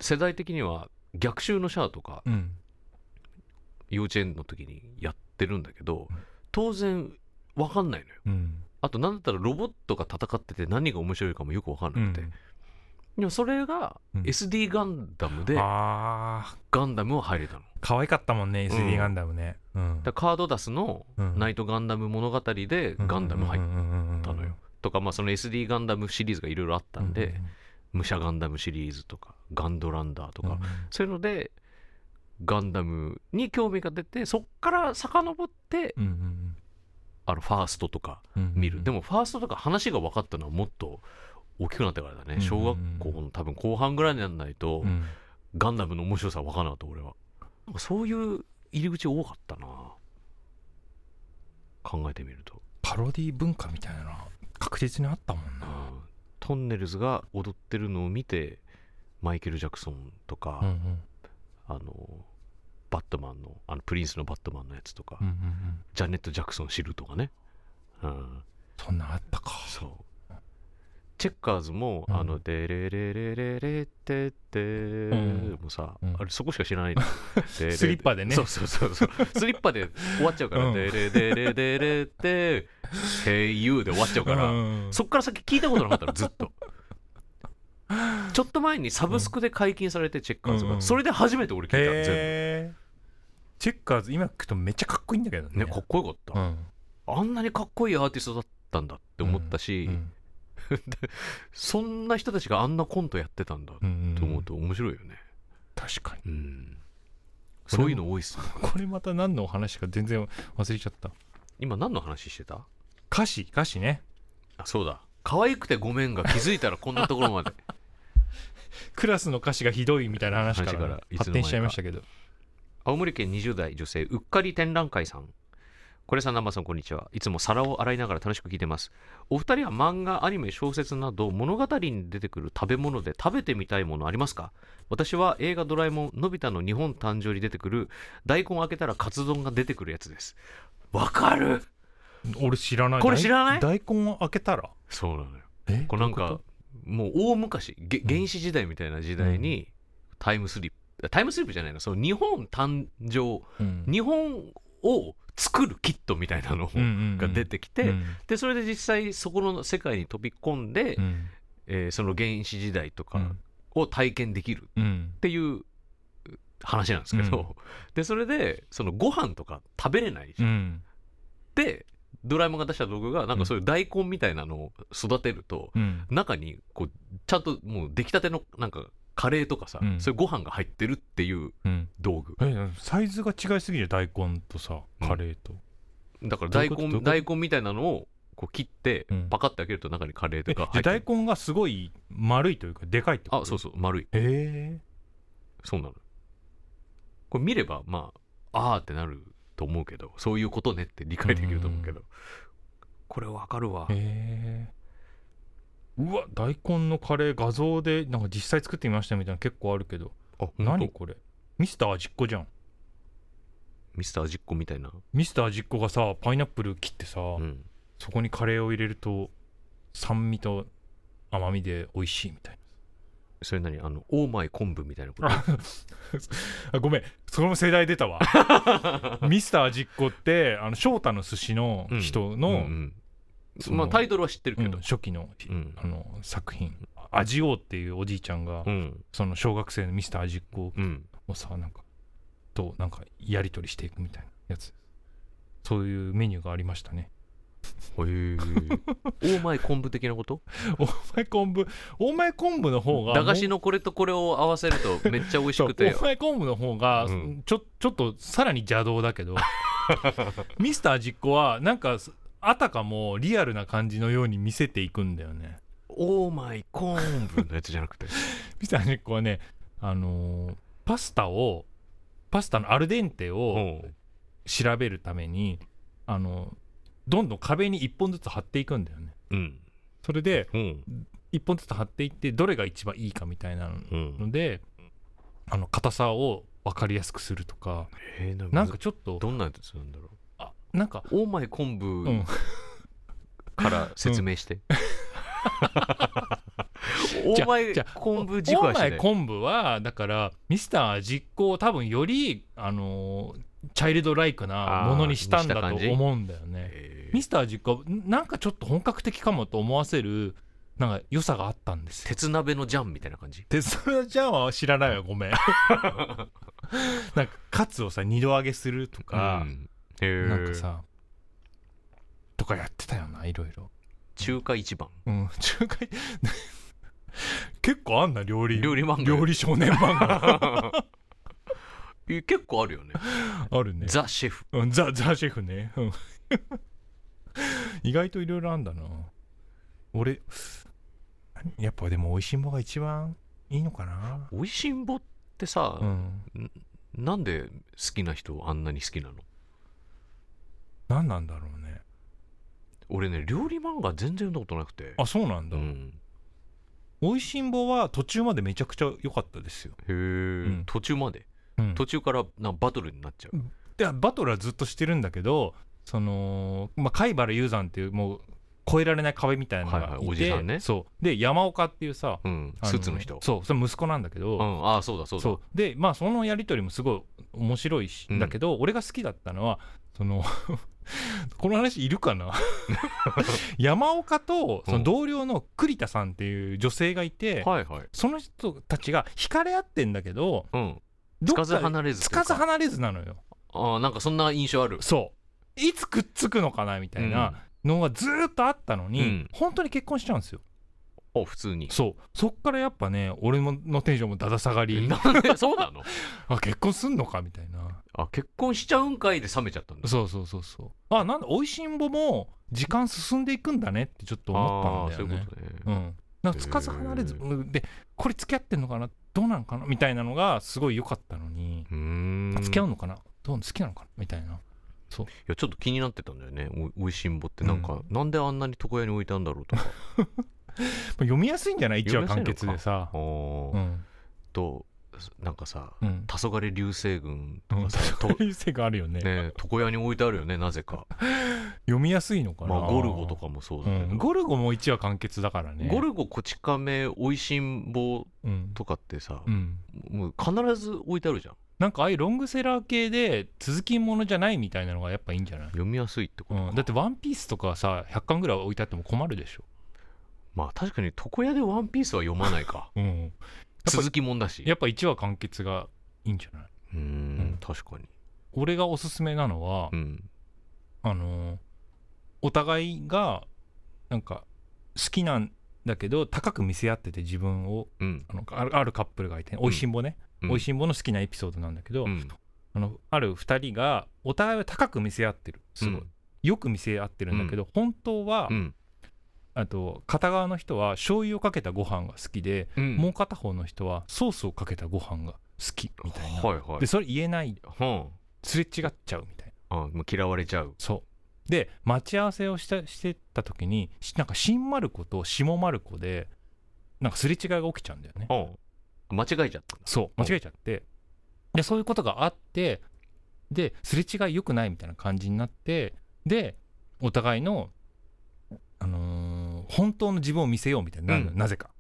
Speaker 1: 世代的には逆襲のシャアとか
Speaker 2: うんうん
Speaker 1: 幼稚園の時にやってるんだけど当然わかんないのよ
Speaker 2: うんうん
Speaker 1: あと何だったらロボットが戦ってて何が面白いかもよくわかん
Speaker 2: う
Speaker 1: なく
Speaker 2: ん
Speaker 1: て、でもそれが
Speaker 2: うん
Speaker 1: SD ガンダムで
Speaker 2: あー
Speaker 1: ガンダムを入れたの
Speaker 2: 可愛かったもんね SD
Speaker 1: うん
Speaker 2: ガンダムね、うん
Speaker 1: だからカードダスの
Speaker 2: うん
Speaker 1: ナイトガンダム物語でガンダム入ったのよとかまあその SD ガンダムシリーズがいろいろあったんで、武者ガンダムシリーズとかガンドランダーと
Speaker 2: と
Speaker 1: か、
Speaker 2: うん
Speaker 1: そういうのでガンダムに興味が出てそっから遡って
Speaker 2: うんうん
Speaker 1: あのファーストとか
Speaker 2: うんうん
Speaker 1: 見る、で
Speaker 2: も
Speaker 1: もファーストとか話が分かったのはもっと大きくなってからだね、
Speaker 2: うん
Speaker 1: 小学校の多分後半ぐらいにならないと、
Speaker 2: うん
Speaker 1: ガンダムの面白さ分からなかった俺はなんかそういう入り口多かったな考えてみると、
Speaker 2: パロディ文化みたいなのは確実にあったもん
Speaker 1: う
Speaker 2: な、
Speaker 1: んトンネルズが踊ってるのを見てマイケル・ジャクソンとか、
Speaker 2: うんうん
Speaker 1: あのバットマンのあのプリンスのバットマンのやつとか、
Speaker 2: うんうんうん、
Speaker 1: ジャネット・ジャクソン知るとかね、うん、
Speaker 2: そんなんあったか
Speaker 1: そうチェッカーズも、
Speaker 2: うん
Speaker 1: あの、デレレレレレってって、
Speaker 2: ん
Speaker 1: もうさ、
Speaker 2: うん
Speaker 1: あれそこしか知ら ないの。ス
Speaker 2: スリッパでね
Speaker 1: そうそうそうそう。スリッパで終わっちゃうから、
Speaker 2: うん
Speaker 1: デレデレデレって、Hey You で終わっちゃうから、
Speaker 2: うん
Speaker 1: そっから先聞いたことなかったの、ずっ と。ちょっと前にサブスクで解禁されて、チェッカーズ
Speaker 2: うん
Speaker 1: が、
Speaker 2: うん
Speaker 1: それで初めて俺聞いた、全
Speaker 2: へえチェッカーズ今聞くとめっちゃかっこいいんだけど
Speaker 1: 部。
Speaker 2: ね
Speaker 1: ね、かっこよかった。
Speaker 2: うん
Speaker 1: あんなにかっこいいアーティストだったんだって思ったし、
Speaker 2: うん
Speaker 1: そんな人たちがあんなコントやってたんだっ
Speaker 2: うん
Speaker 1: て思うと面白いよね、
Speaker 2: 確かに
Speaker 1: うんそういうの多いっすね
Speaker 2: これまた何のお話か全然忘れちゃった
Speaker 1: 今何の話してた
Speaker 2: 歌詞歌詞ね
Speaker 1: あそうだ可愛くてごめんが気づいたらこんなところまで
Speaker 2: クラスの歌詞がひどいみたいな話から,、
Speaker 1: 話からいつの間にか
Speaker 2: 発展しちゃいましたけど
Speaker 1: 青森県20代女性うっかり展覧会さんこれさん南波さんこんにちはいつも皿を洗いながら楽しく聞いてますお二人は漫画アニメ小説など物語に出てくる食べ物で食べてみたいものありますか私は映画ドラえもんのび太の日本誕生に出てくる大根を開けたらカツ丼が出てくるやつですわかる
Speaker 2: 俺知らない
Speaker 1: これ知らない
Speaker 2: 大大根を開けたら
Speaker 1: そうなのよ
Speaker 2: え
Speaker 1: これなん
Speaker 2: ど
Speaker 1: か
Speaker 2: う
Speaker 1: もう大昔げ原始時代みたいな時代にタイムスリップタイムスリップじゃないのその日本誕生
Speaker 2: いうことうん
Speaker 1: 日本を作るキットみたいなのが出てきて、
Speaker 2: うん
Speaker 1: でそれで実際そこの世界に飛び込んで、
Speaker 2: うん
Speaker 1: えーその原始時代と
Speaker 2: う
Speaker 1: か
Speaker 2: ん
Speaker 1: を体験できる
Speaker 2: うん
Speaker 1: っていう話なんですけど、
Speaker 2: うん
Speaker 1: でそれでそのご飯とか食べれないじ
Speaker 2: う
Speaker 1: ゃん、
Speaker 2: ん
Speaker 1: でドラえもんが出した道具がなんかそういう大根みたいなのを育てると、
Speaker 2: うん
Speaker 1: 中にこうちゃんともう出来たてのなんかカレーとかさ、
Speaker 2: うん
Speaker 1: そういうご飯が入ってるっていう
Speaker 2: うん
Speaker 1: 道具
Speaker 2: えサイズが違いすぎる大根とさカレーと、
Speaker 1: だから
Speaker 2: どう
Speaker 1: 大
Speaker 2: いうこと
Speaker 1: 根
Speaker 2: どういうこと
Speaker 1: 大根みたいなのをこう切って、
Speaker 2: うん
Speaker 1: パカッて開けると中にカレーと
Speaker 2: え
Speaker 1: か入
Speaker 2: じゃあ
Speaker 1: って
Speaker 2: 大
Speaker 1: る
Speaker 2: 根がすごい丸いというかでかいってこと
Speaker 1: あそう
Speaker 2: そ
Speaker 1: そう丸いう
Speaker 2: へえ
Speaker 1: そうなのこれ見ればまあああーってなると思うけどそういうことねって理解できると思うけど、これわかるわ
Speaker 2: へえうわ大根のカレー画像でなんか実際作ってみましたみたいなの結構あるけど
Speaker 1: あ本
Speaker 2: 何
Speaker 1: 当
Speaker 2: これミスター味っ子じゃん
Speaker 1: ミスター味っ子みたいな、
Speaker 2: ミスター味っ子がさパイナップル切ってさ、
Speaker 1: うん、
Speaker 2: そこにカレーを入れると酸味と甘みで美味しいみたい
Speaker 1: それ何あのオーマイ昆布みたいなこと
Speaker 2: あな あごめんその世代出た わミスター味っ子ってあの翔太の寿司の人の、
Speaker 1: うんうん
Speaker 2: その
Speaker 1: まあタイトルは知ってるけ
Speaker 2: う
Speaker 1: ど
Speaker 2: ん、初期の,、
Speaker 1: うん
Speaker 2: あの作品味王っていうおじいちゃんが、
Speaker 1: うん
Speaker 2: その小学生のミスター味っ子を
Speaker 1: うん
Speaker 2: をさなんかとなんかやり取りしていくみたいなやつそういうメニューがありましたね
Speaker 1: へえオーマイ昆布的なこと
Speaker 2: お前昆布お前昆布の方が
Speaker 1: 駄菓子
Speaker 2: の
Speaker 1: のこれとこれを合わせるとめっちゃ美味し
Speaker 2: そう
Speaker 1: くて
Speaker 2: お前昆布の方が、
Speaker 1: うん
Speaker 2: ちょちょっとさらに邪道だけ どミスター実行はなんかあたかもリアルな感じのように見せていくんだよね
Speaker 1: オーマイ昆布のやつじゃ なくて
Speaker 2: ミスター実行はねあのーパスタをパスタのアルデンテを、
Speaker 1: うん
Speaker 2: 調べるためにあのどんどん壁に1本ずつ貼っていくんだよね
Speaker 1: うん
Speaker 2: それで
Speaker 1: うん
Speaker 2: 1本ずつ貼っていってどれが一番いいかみたいな
Speaker 1: うん
Speaker 2: のであの硬さを分かりやすくするとか
Speaker 1: えーなんか
Speaker 2: なんかちょっと
Speaker 1: どんなやつなんだろ
Speaker 2: あなんか
Speaker 1: うオーマイ昆
Speaker 2: うん
Speaker 1: 布から説明して、 オーマイ
Speaker 2: じゃ
Speaker 1: 昆布軸
Speaker 2: お
Speaker 1: 足
Speaker 2: 前
Speaker 1: で
Speaker 2: 昆布はだからミスター実行を多分よりあのチャイルドライクなものにしたんだ
Speaker 1: あー
Speaker 2: と
Speaker 1: にした感じ
Speaker 2: 思うんだよね
Speaker 1: え
Speaker 2: ミ
Speaker 1: ー
Speaker 2: スター実行なんかちょっと本格的かもと思わせるなんか良さがあったんですよ
Speaker 1: 鉄鍋のジャンみたいな感じ
Speaker 2: でそれじゃあは知らないわごめん なんかカツをさ二度揚げするとか、
Speaker 1: うんえー
Speaker 2: なんかさとかやってたよないろいろ
Speaker 1: 中華一番
Speaker 2: うん 中華結構あんな料理
Speaker 1: 料理漫画
Speaker 2: 料理少年漫画
Speaker 1: え結構あるよね
Speaker 2: あ るね
Speaker 1: ザ・シェフ
Speaker 2: うんザザシェフねうん 意外といろいろあんだな俺やっぱでもおいしんぼが一番いいのかな
Speaker 1: 美味しんぼってさ、
Speaker 2: うん
Speaker 1: なんで好きな人あんなに好きなの
Speaker 2: 何なんだろうね
Speaker 1: 俺ね料理漫画全然読んだことなくて
Speaker 2: あそうなんだ、
Speaker 1: うん、
Speaker 2: 美味しんぼは途中までめちゃくちゃ良かったですよ、
Speaker 1: へえ、
Speaker 2: ん
Speaker 1: 途中まで途中からなバトルになっちゃう、
Speaker 2: でバトルはずっとしてるんだけどその、まあ、貝原雄山っていうもう越えられない壁みたいなのがいて、
Speaker 1: はいはいおじさんね
Speaker 2: そうで山岡っていうさ
Speaker 1: うん、
Speaker 2: あの
Speaker 1: スーツの人。
Speaker 2: そうそれ息子なんだけど、
Speaker 1: うん、ああ、そうだ、そうだ。
Speaker 2: そうでまあそのやり取りもすごい面白いし、
Speaker 1: うん
Speaker 2: だけど俺が好きだったのはその この話いるかな 山岡とその同僚の栗田さんっていう女性がいて、
Speaker 1: はいはい。
Speaker 2: その人たちが惹かれ合ってんだけど
Speaker 1: うん。
Speaker 2: ど
Speaker 1: つ
Speaker 2: っか
Speaker 1: かず離れず
Speaker 2: つ
Speaker 1: というか。
Speaker 2: かず離れずなのよ
Speaker 1: ああ、なんかそんな印象ある。
Speaker 2: そういつくっつくのかなみたいなのがずーっとあったのに、
Speaker 1: うん
Speaker 2: 本当に結婚しちゃうんですよ
Speaker 1: お、普通に。
Speaker 2: そうそっからやっぱね俺ものテンションもだだ下がり
Speaker 1: なんで、そうなの
Speaker 2: あ結婚すんのかみたいな
Speaker 1: あ、結婚しちゃうんかいで冷めちゃったんだ。
Speaker 2: そうそうそうそうあなんだおいしんぼも時間進んでいくんだねってちょっと思ったんだよ
Speaker 1: あ
Speaker 2: ね
Speaker 1: あそういうことね。
Speaker 2: うんなんかつかず離れず
Speaker 1: へ
Speaker 2: でこれ付き合ってんのかなどうなのかなみたいなのがすごい良かったのに、
Speaker 1: うーん。
Speaker 2: 付き合う
Speaker 1: い
Speaker 2: のかなどう好きなのかなみたいな
Speaker 1: や、ちょっと気になってたんだよね。おおいしんぼって、なんか、なんであんなに床屋に置いたんだろうとか。
Speaker 2: 読みやすいんじゃない一話単結でさ
Speaker 1: あー
Speaker 2: うん
Speaker 1: と、なんかさ、
Speaker 2: うん
Speaker 1: 黄昏流星群
Speaker 2: うん
Speaker 1: がさ、とね
Speaker 2: いう性があるよね
Speaker 1: え、床屋に置いてあるよね、なぜか。
Speaker 2: 読みやすいのかな、
Speaker 1: まあ、ゴルゴとかもそうだけ
Speaker 2: うん
Speaker 1: ど。
Speaker 2: ゴルゴも1話完結だからね
Speaker 1: ゴルゴ、こち亀、おいしんぼ
Speaker 2: うん、
Speaker 1: とかってさ
Speaker 2: う、ん、
Speaker 1: もう必ず置いてあるじゃん。
Speaker 2: なんかああいうロングセラー系で続きものじゃないみたいなのがやっぱいいんじゃない
Speaker 1: 読みやすいってことか、
Speaker 2: うん、だって「ワンピースとかさ100巻ぐらい置いてあっても困るでしょ、
Speaker 1: まあ確かに床屋でワンピースは読まないか
Speaker 2: うん、ぱ
Speaker 1: 続きもんだし
Speaker 2: やっぱ1話完結がいいんじゃないう
Speaker 1: ー
Speaker 2: うん
Speaker 1: ん確かに
Speaker 2: 俺がおすすめなのは、
Speaker 1: うん
Speaker 2: あのーお互いがなんか好きなんだけど高く見せ合ってて自分を
Speaker 1: うん
Speaker 2: あのあるあるカップルがいて、おいしんぼね、
Speaker 1: うん
Speaker 2: おいしんぼの好きなエピソードなんだけど、
Speaker 1: うん
Speaker 2: あのある2人がお互いを高く見せ合ってるすごい、よく見せ合ってるんだけど、本当は、
Speaker 1: うん
Speaker 2: あと片側の人は醤油をかけたご飯が好きで、
Speaker 1: うん
Speaker 2: もう片方の人はソースをかけたご飯が好きみたいな、
Speaker 1: はいはい
Speaker 2: でそれ言えない
Speaker 1: は
Speaker 2: すれ違っちゃうみたいな
Speaker 1: ああもう嫌われちゃう
Speaker 2: そうで待ち合わせをしたしてた時にしなんか新丸子と下丸子でなんかすれ違いが起きちゃうんだよね
Speaker 1: はあ間違えちゃったんだ
Speaker 2: そう間違えちゃってでそういうことがあってですれ違い良くないみたいな感じになってでお互いの、あのー本当の自分を見せようみたいになるのよ
Speaker 1: うん
Speaker 2: なぜか、
Speaker 1: うん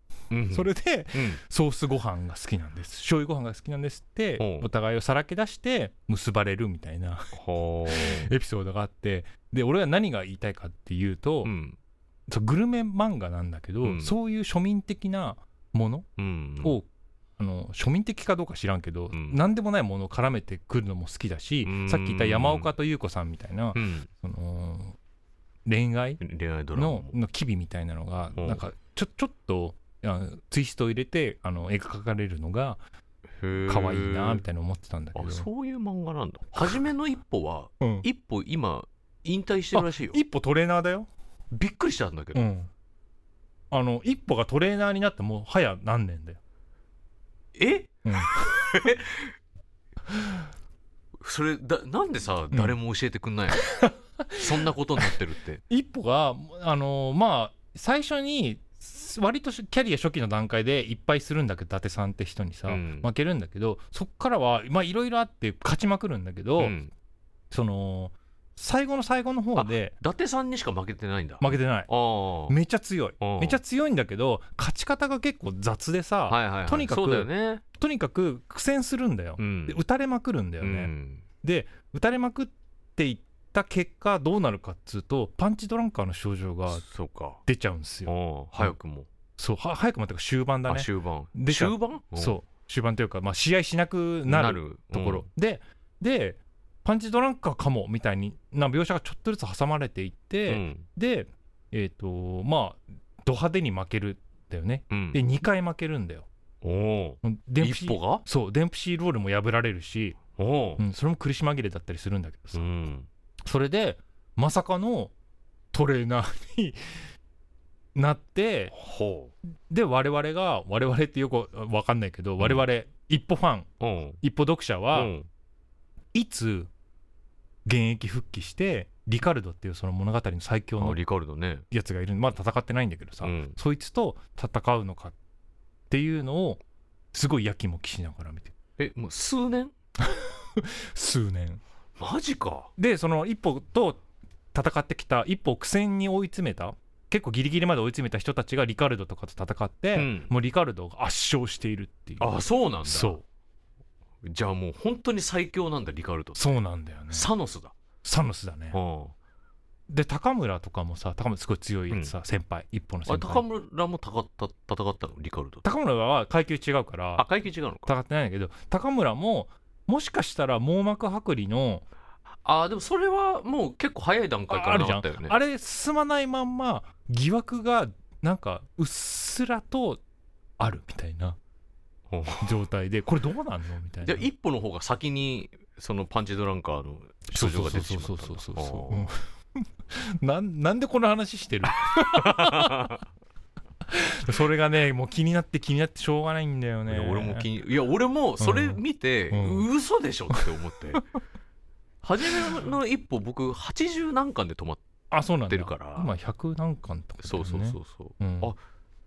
Speaker 2: それで
Speaker 1: うん
Speaker 2: ソースご飯が好きなんです醤油ご飯が好きなんですって
Speaker 1: おう
Speaker 2: お互いをさらけ出して結ばれるみたいな
Speaker 1: は
Speaker 2: エピソードがあってで俺は何が言いたいかっていうと、
Speaker 1: あうん
Speaker 2: そうグルメ漫画なんだけど、
Speaker 1: うん
Speaker 2: そういう庶民的なもの
Speaker 1: うん
Speaker 2: を、あの庶民的かどうか知らんけど、
Speaker 1: うん
Speaker 2: 何でもないものを絡めてくるのも好きだし、
Speaker 1: うん
Speaker 2: さっき言った山岡と優子さんみたいな、
Speaker 1: うん
Speaker 2: その恋愛
Speaker 1: 恋愛ドラマ
Speaker 2: の
Speaker 1: も
Speaker 2: の機微みたいなのが、
Speaker 1: うん
Speaker 2: なんかちょちょっとあのツイストを入れてあの描かれるのが可愛いなみ
Speaker 1: い
Speaker 2: たいな思ってたんだけど、
Speaker 1: あそういう漫画なんだ初めの一歩は
Speaker 2: うん
Speaker 1: 一歩今引退してるらしいよ
Speaker 2: 一歩トレーナーだよ、
Speaker 1: びっくりしたんだけ
Speaker 2: う
Speaker 1: ど
Speaker 2: ん、あの一歩がトレーナーになってもう早何年だよ
Speaker 1: え
Speaker 2: うん
Speaker 1: それだなんでさ
Speaker 2: うん
Speaker 1: 誰も教えてくん ないの、そんなことになってるって
Speaker 2: 一歩があのまあ最初に割としキャリア初期の段階でいっぱいするんだけど伊達さんって人にさ、
Speaker 1: うん
Speaker 2: 負けるんだけどそっからはまあいろいろあって勝ちまくるんだけど、
Speaker 1: うん
Speaker 2: その最後の最後の方で
Speaker 1: 伊達さんにしか負けてないんだ
Speaker 2: 負けてない
Speaker 1: ああ
Speaker 2: めっちゃ強い
Speaker 1: うん
Speaker 2: めっちゃ強いんだけど勝ち方が結構雑でさ、
Speaker 1: はいはいはい
Speaker 2: とにかく
Speaker 1: そうだよね
Speaker 2: とにかく苦戦するんだよ、
Speaker 1: うん
Speaker 2: で打たれまくるんだよ
Speaker 1: う
Speaker 2: ね、
Speaker 1: ん
Speaker 2: で打たれまくっていった結果どうなるかっつうとパンチドランカーの症状が
Speaker 1: そうか
Speaker 2: 出ちゃうんですよ
Speaker 1: ああ早くも、
Speaker 2: そうは早くもってか終盤だ
Speaker 1: あ
Speaker 2: ね
Speaker 1: 終盤
Speaker 2: で
Speaker 1: 終盤
Speaker 2: そう終盤というか、まあ、試合しなく
Speaker 1: うんな
Speaker 2: なる
Speaker 1: る
Speaker 2: ところ、ででパンチドランカーかもみたいにな描写がちょっとずつ挟まれていっ
Speaker 1: うん
Speaker 2: て、でえっ、とまあド派手に負けるんだよね
Speaker 1: うん
Speaker 2: で2回負けるんだよ
Speaker 1: おお
Speaker 2: デンプシ
Speaker 1: 一歩
Speaker 2: ー
Speaker 1: が
Speaker 2: そうデンプシーロールも破られるし、
Speaker 1: おお
Speaker 2: うん、それも苦し紛れだったりするんだけどさ、
Speaker 1: うん
Speaker 2: それでまさかのトレーナーに なって
Speaker 1: ほ
Speaker 2: で我々が我々ってよくわかんないけど
Speaker 1: ん
Speaker 2: 我々一歩ファン
Speaker 1: ううん
Speaker 2: 一歩読者
Speaker 1: う
Speaker 2: は、
Speaker 1: ん
Speaker 2: いつ現役復帰してリカルドっていうその物語の最強
Speaker 1: あ
Speaker 2: の
Speaker 1: リカルドね
Speaker 2: やつがいるまだ戦ってないんだけどさ、
Speaker 1: うん
Speaker 2: そいつと戦うのかっていうのをすごいやきもきしながら見てる
Speaker 1: えもう数年
Speaker 2: 数年
Speaker 1: マジか
Speaker 2: でその一歩と戦ってきた一歩を苦戦に追い詰めた結構ギリギリまで追い詰めた人たちがリカルドとかと戦って、
Speaker 1: うん
Speaker 2: もうリカルドが圧勝しているっていう
Speaker 1: あそうなんだ
Speaker 2: そう
Speaker 1: じゃあもう本当に最強なんだリカルド、
Speaker 2: そうなんだよね
Speaker 1: サノスだ、
Speaker 2: サノスだね
Speaker 1: うん
Speaker 2: で高村とかもさ高村すごい強いさ、先輩一歩の
Speaker 1: あれ
Speaker 2: 先
Speaker 1: 高
Speaker 2: 輩
Speaker 1: 村も戦った戦ったのリカルドと
Speaker 2: 高村は階級違うから
Speaker 1: あ階級違うのか
Speaker 2: 戦ってないんだけど高村ももしかしたら網膜剥離の
Speaker 1: あーでもそれはもう結構早い段階
Speaker 2: あ
Speaker 1: か
Speaker 2: あ
Speaker 1: ら
Speaker 2: る
Speaker 1: な
Speaker 2: じゃ
Speaker 1: か
Speaker 2: ん
Speaker 1: ったよね
Speaker 2: あれ進まないまんま疑惑がなんかうっすらとあるみたいな
Speaker 1: ほう
Speaker 2: 状態でこれどうなんのみたいな
Speaker 1: で一歩の方が先にそのパンチドランカーの
Speaker 2: そ
Speaker 1: 症状
Speaker 2: うそ
Speaker 1: が
Speaker 2: うそ
Speaker 1: 出
Speaker 2: う
Speaker 1: てしまった
Speaker 2: そ
Speaker 1: ん
Speaker 2: う
Speaker 1: だ
Speaker 2: そうそう
Speaker 1: あー
Speaker 2: うん なんなんでこの話してる それがねもう気になって気になってしょうがないんだよ
Speaker 1: い
Speaker 2: ね
Speaker 1: や俺も気にいや俺もそれ見て、
Speaker 2: うん
Speaker 1: 嘘でしょって思って初めの一歩僕80何巻で止まっ
Speaker 2: あそうなんだ
Speaker 1: てるから
Speaker 2: 今100何巻とかだ
Speaker 1: そ
Speaker 2: よ
Speaker 1: う
Speaker 2: ね
Speaker 1: そうそうそう
Speaker 2: うん
Speaker 1: あ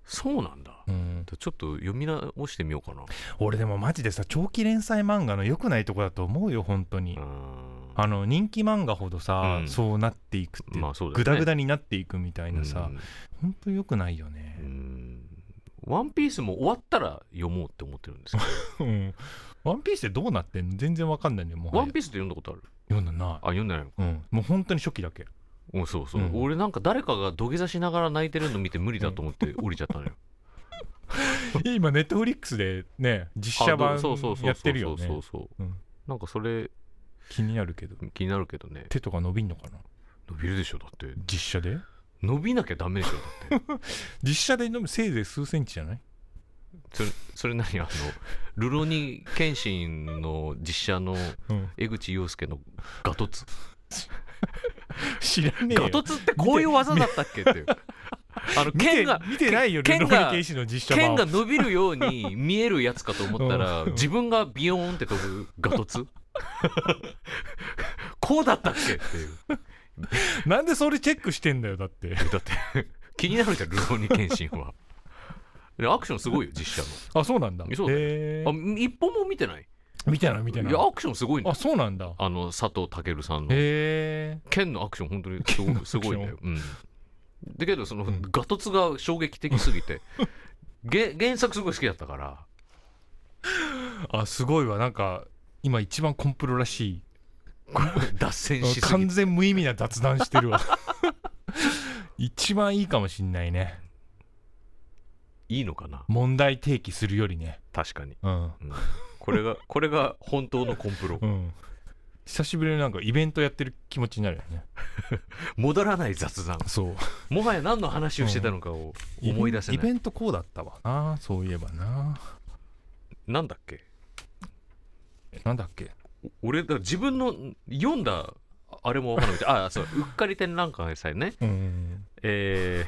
Speaker 1: そうなんだ
Speaker 2: うん
Speaker 1: ちょっと読み直してみようかな
Speaker 2: 俺でもマジでさ長期連載漫画の良くないとこだと思うよ本当に、
Speaker 1: うん
Speaker 2: あの人気漫画ほどさ、
Speaker 1: うん
Speaker 2: そうなっていくっていう
Speaker 1: まあそうだよね
Speaker 2: グダグダになっていくみたいなさ、
Speaker 1: うん
Speaker 2: 本当良くないよね
Speaker 1: う、んワンピースも終わったら読もうって思ってるんですけ
Speaker 2: うんワンピースってどうなってんの全然わかんないねもう
Speaker 1: どワンピースって読んだことある
Speaker 2: 読んだな
Speaker 1: あ読んでないの
Speaker 2: い、うん、もう本当に初期だけ
Speaker 1: うんそうそう、
Speaker 2: うん
Speaker 1: 俺なんか誰かが土下座しながら泣いてるの見て無理だと思って降りちゃったの よ
Speaker 2: 今ネットフリックスでね実写
Speaker 1: あ
Speaker 2: 版
Speaker 1: そうそうそうそう
Speaker 2: やってるよね
Speaker 1: そうそう、
Speaker 2: うん
Speaker 1: なんかそれ
Speaker 2: 気になるけど
Speaker 1: 気になるけどね
Speaker 2: 手とか伸びんのかな
Speaker 1: 伸びるでしょだって
Speaker 2: 実写で
Speaker 1: 伸びなきゃダメでしょ だって
Speaker 2: 実写で伸びせいぜい数センチじゃない
Speaker 1: それそれ何あのルロニケンシンの実写の
Speaker 2: うん
Speaker 1: 江口洋介のガトツ
Speaker 2: 知らねえよ
Speaker 1: ガトツってこういう技だったっけっていうあの
Speaker 2: 見て
Speaker 1: 剣が
Speaker 2: 見てないよル
Speaker 1: 剣
Speaker 2: ロ
Speaker 1: が
Speaker 2: ーリケイシの実写
Speaker 1: 剣
Speaker 2: 版を
Speaker 1: が伸びるように見えるやつかと思ったら、
Speaker 2: うん
Speaker 1: 自分がビヨーンって飛ぶガトツ こうだったっけっていう
Speaker 2: なんでそれチェックしてんだよだって
Speaker 1: だって気になるじゃんルローニケンシンはでアクションすごいよ実写
Speaker 2: あそうなんだ
Speaker 1: そうだよ
Speaker 2: へ
Speaker 1: の
Speaker 2: え
Speaker 1: あ一本も見てない
Speaker 2: みたいなみたいない
Speaker 1: やアクションすごいんだ
Speaker 2: あ
Speaker 1: よ
Speaker 2: そうなんだ
Speaker 1: あの佐藤健さんの
Speaker 2: へえ
Speaker 1: 剣のアクション本当にすごすごいんだよ、うん、だけどその、
Speaker 2: ん
Speaker 1: ガトツが衝撃的すぎてげ原作すごい好きだったから
Speaker 2: あすごいわなんか今一番コンプロらしい
Speaker 1: 脱線しすぎ
Speaker 2: 完
Speaker 1: て
Speaker 2: 全無意味な雑談してる わ一番いいかもしんないね
Speaker 1: いいのかな
Speaker 2: 問題提起するよりね
Speaker 1: 確かに
Speaker 2: うん
Speaker 1: うんこれがこれが本当のコンプロ
Speaker 2: うん久しぶりになんかイベントやってる気持ちになるよね
Speaker 1: 戻らない雑談
Speaker 2: そう
Speaker 1: もはや何の話をしてたのかを思い出せ
Speaker 2: イベン
Speaker 1: な
Speaker 2: イ
Speaker 1: い
Speaker 2: ベントこうだったわなそういえばな
Speaker 1: なんだっけ
Speaker 2: なんだっけ
Speaker 1: 俺だから自分の読んだあれも分からないああそううっかり展覧会さえね
Speaker 2: うん
Speaker 1: え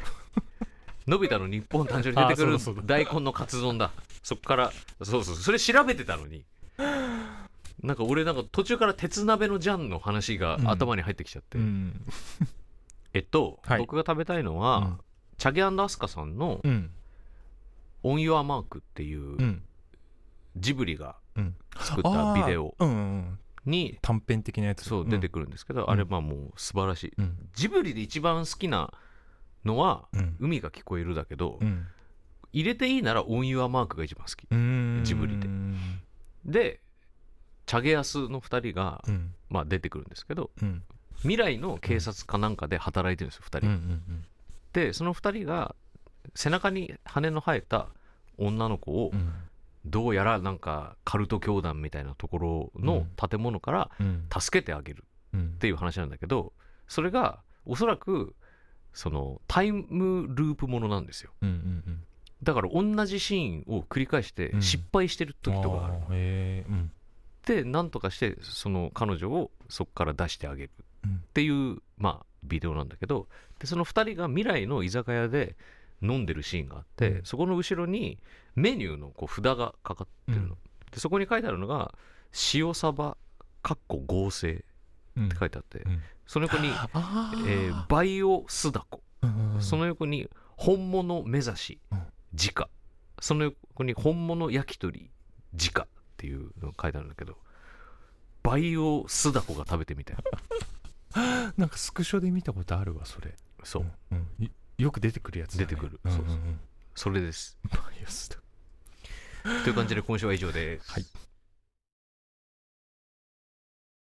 Speaker 1: ー のび太の日本誕生に出てく
Speaker 2: あそうだそうだ
Speaker 1: る大根のカツ丼だそっからそうそうそれ調べてたのになんか俺なんか途中から鉄鍋のジャンの話が頭に入ってきちゃって、
Speaker 2: うん
Speaker 1: えっと、
Speaker 2: はい
Speaker 1: 僕が食べたいのは、
Speaker 2: うん
Speaker 1: チャゲアスカさんの
Speaker 2: うん
Speaker 1: 「オン・ユア・マーク」っていう
Speaker 2: うん
Speaker 1: ジブリが
Speaker 2: うん
Speaker 1: 作ったビデオ
Speaker 2: あーうんうんうん
Speaker 1: に
Speaker 2: 短編的なやつ
Speaker 1: そう出てくるんですけど、
Speaker 2: ん
Speaker 1: あれまあもう素晴らしい
Speaker 2: うん
Speaker 1: ジブリで一番好きなのは
Speaker 2: うん
Speaker 1: 「海が聞こえる」だけど、
Speaker 2: うん
Speaker 1: 入れていいなら「オン・ユア・マーク」が一番好き
Speaker 2: うん
Speaker 1: ジブリで
Speaker 2: うん
Speaker 1: でチャゲアスの2人が、
Speaker 2: うん
Speaker 1: まあ、出てくるんですけど
Speaker 2: うん
Speaker 1: 未来の警察かなんかで働いてるんですよ2
Speaker 2: う
Speaker 1: 人、
Speaker 2: んうん
Speaker 1: でその2人が背中に羽の生えた女の子を
Speaker 2: うん
Speaker 1: どうやらなんかカルト教団みたいなところの建物から
Speaker 2: うん
Speaker 1: 助けてあげる
Speaker 2: うん
Speaker 1: っていう話なんだけどそれがおそらくそのタイムループものなんですよ
Speaker 2: うんうん
Speaker 1: だから同じシーンを繰り返して
Speaker 2: うん
Speaker 1: 失敗してる時とかがある
Speaker 2: あーへえうん
Speaker 1: でなんとかしてその彼女をそこから出してあげるっていう、まあビデオなんだけどでその2人が未来の居酒屋で飲んでるシーンがあって、
Speaker 2: うん
Speaker 1: そこの後ろにメニューのこう札がかかってるの、
Speaker 2: うん
Speaker 1: でそこに書いてあるのが「塩サバ」かっこ合成って
Speaker 2: うん
Speaker 1: 書いてあって、
Speaker 2: うん
Speaker 1: その横に
Speaker 2: あ
Speaker 1: 「
Speaker 2: ー
Speaker 1: えーバイオスダコ」
Speaker 2: うんうん
Speaker 1: その横に「本物目指し
Speaker 2: うん
Speaker 1: 直」その横に「本物焼き鳥直」っていうのが書いてあるんだけどバイオスダコが食べてみたい
Speaker 2: なんかスクショで見たことあるわそれ
Speaker 1: そう
Speaker 2: うんいよく出てくるやつだね、
Speaker 1: 出てくる
Speaker 2: うんうんうん
Speaker 1: それです
Speaker 2: バイアスだ
Speaker 1: という感じで今週は以上です
Speaker 2: はい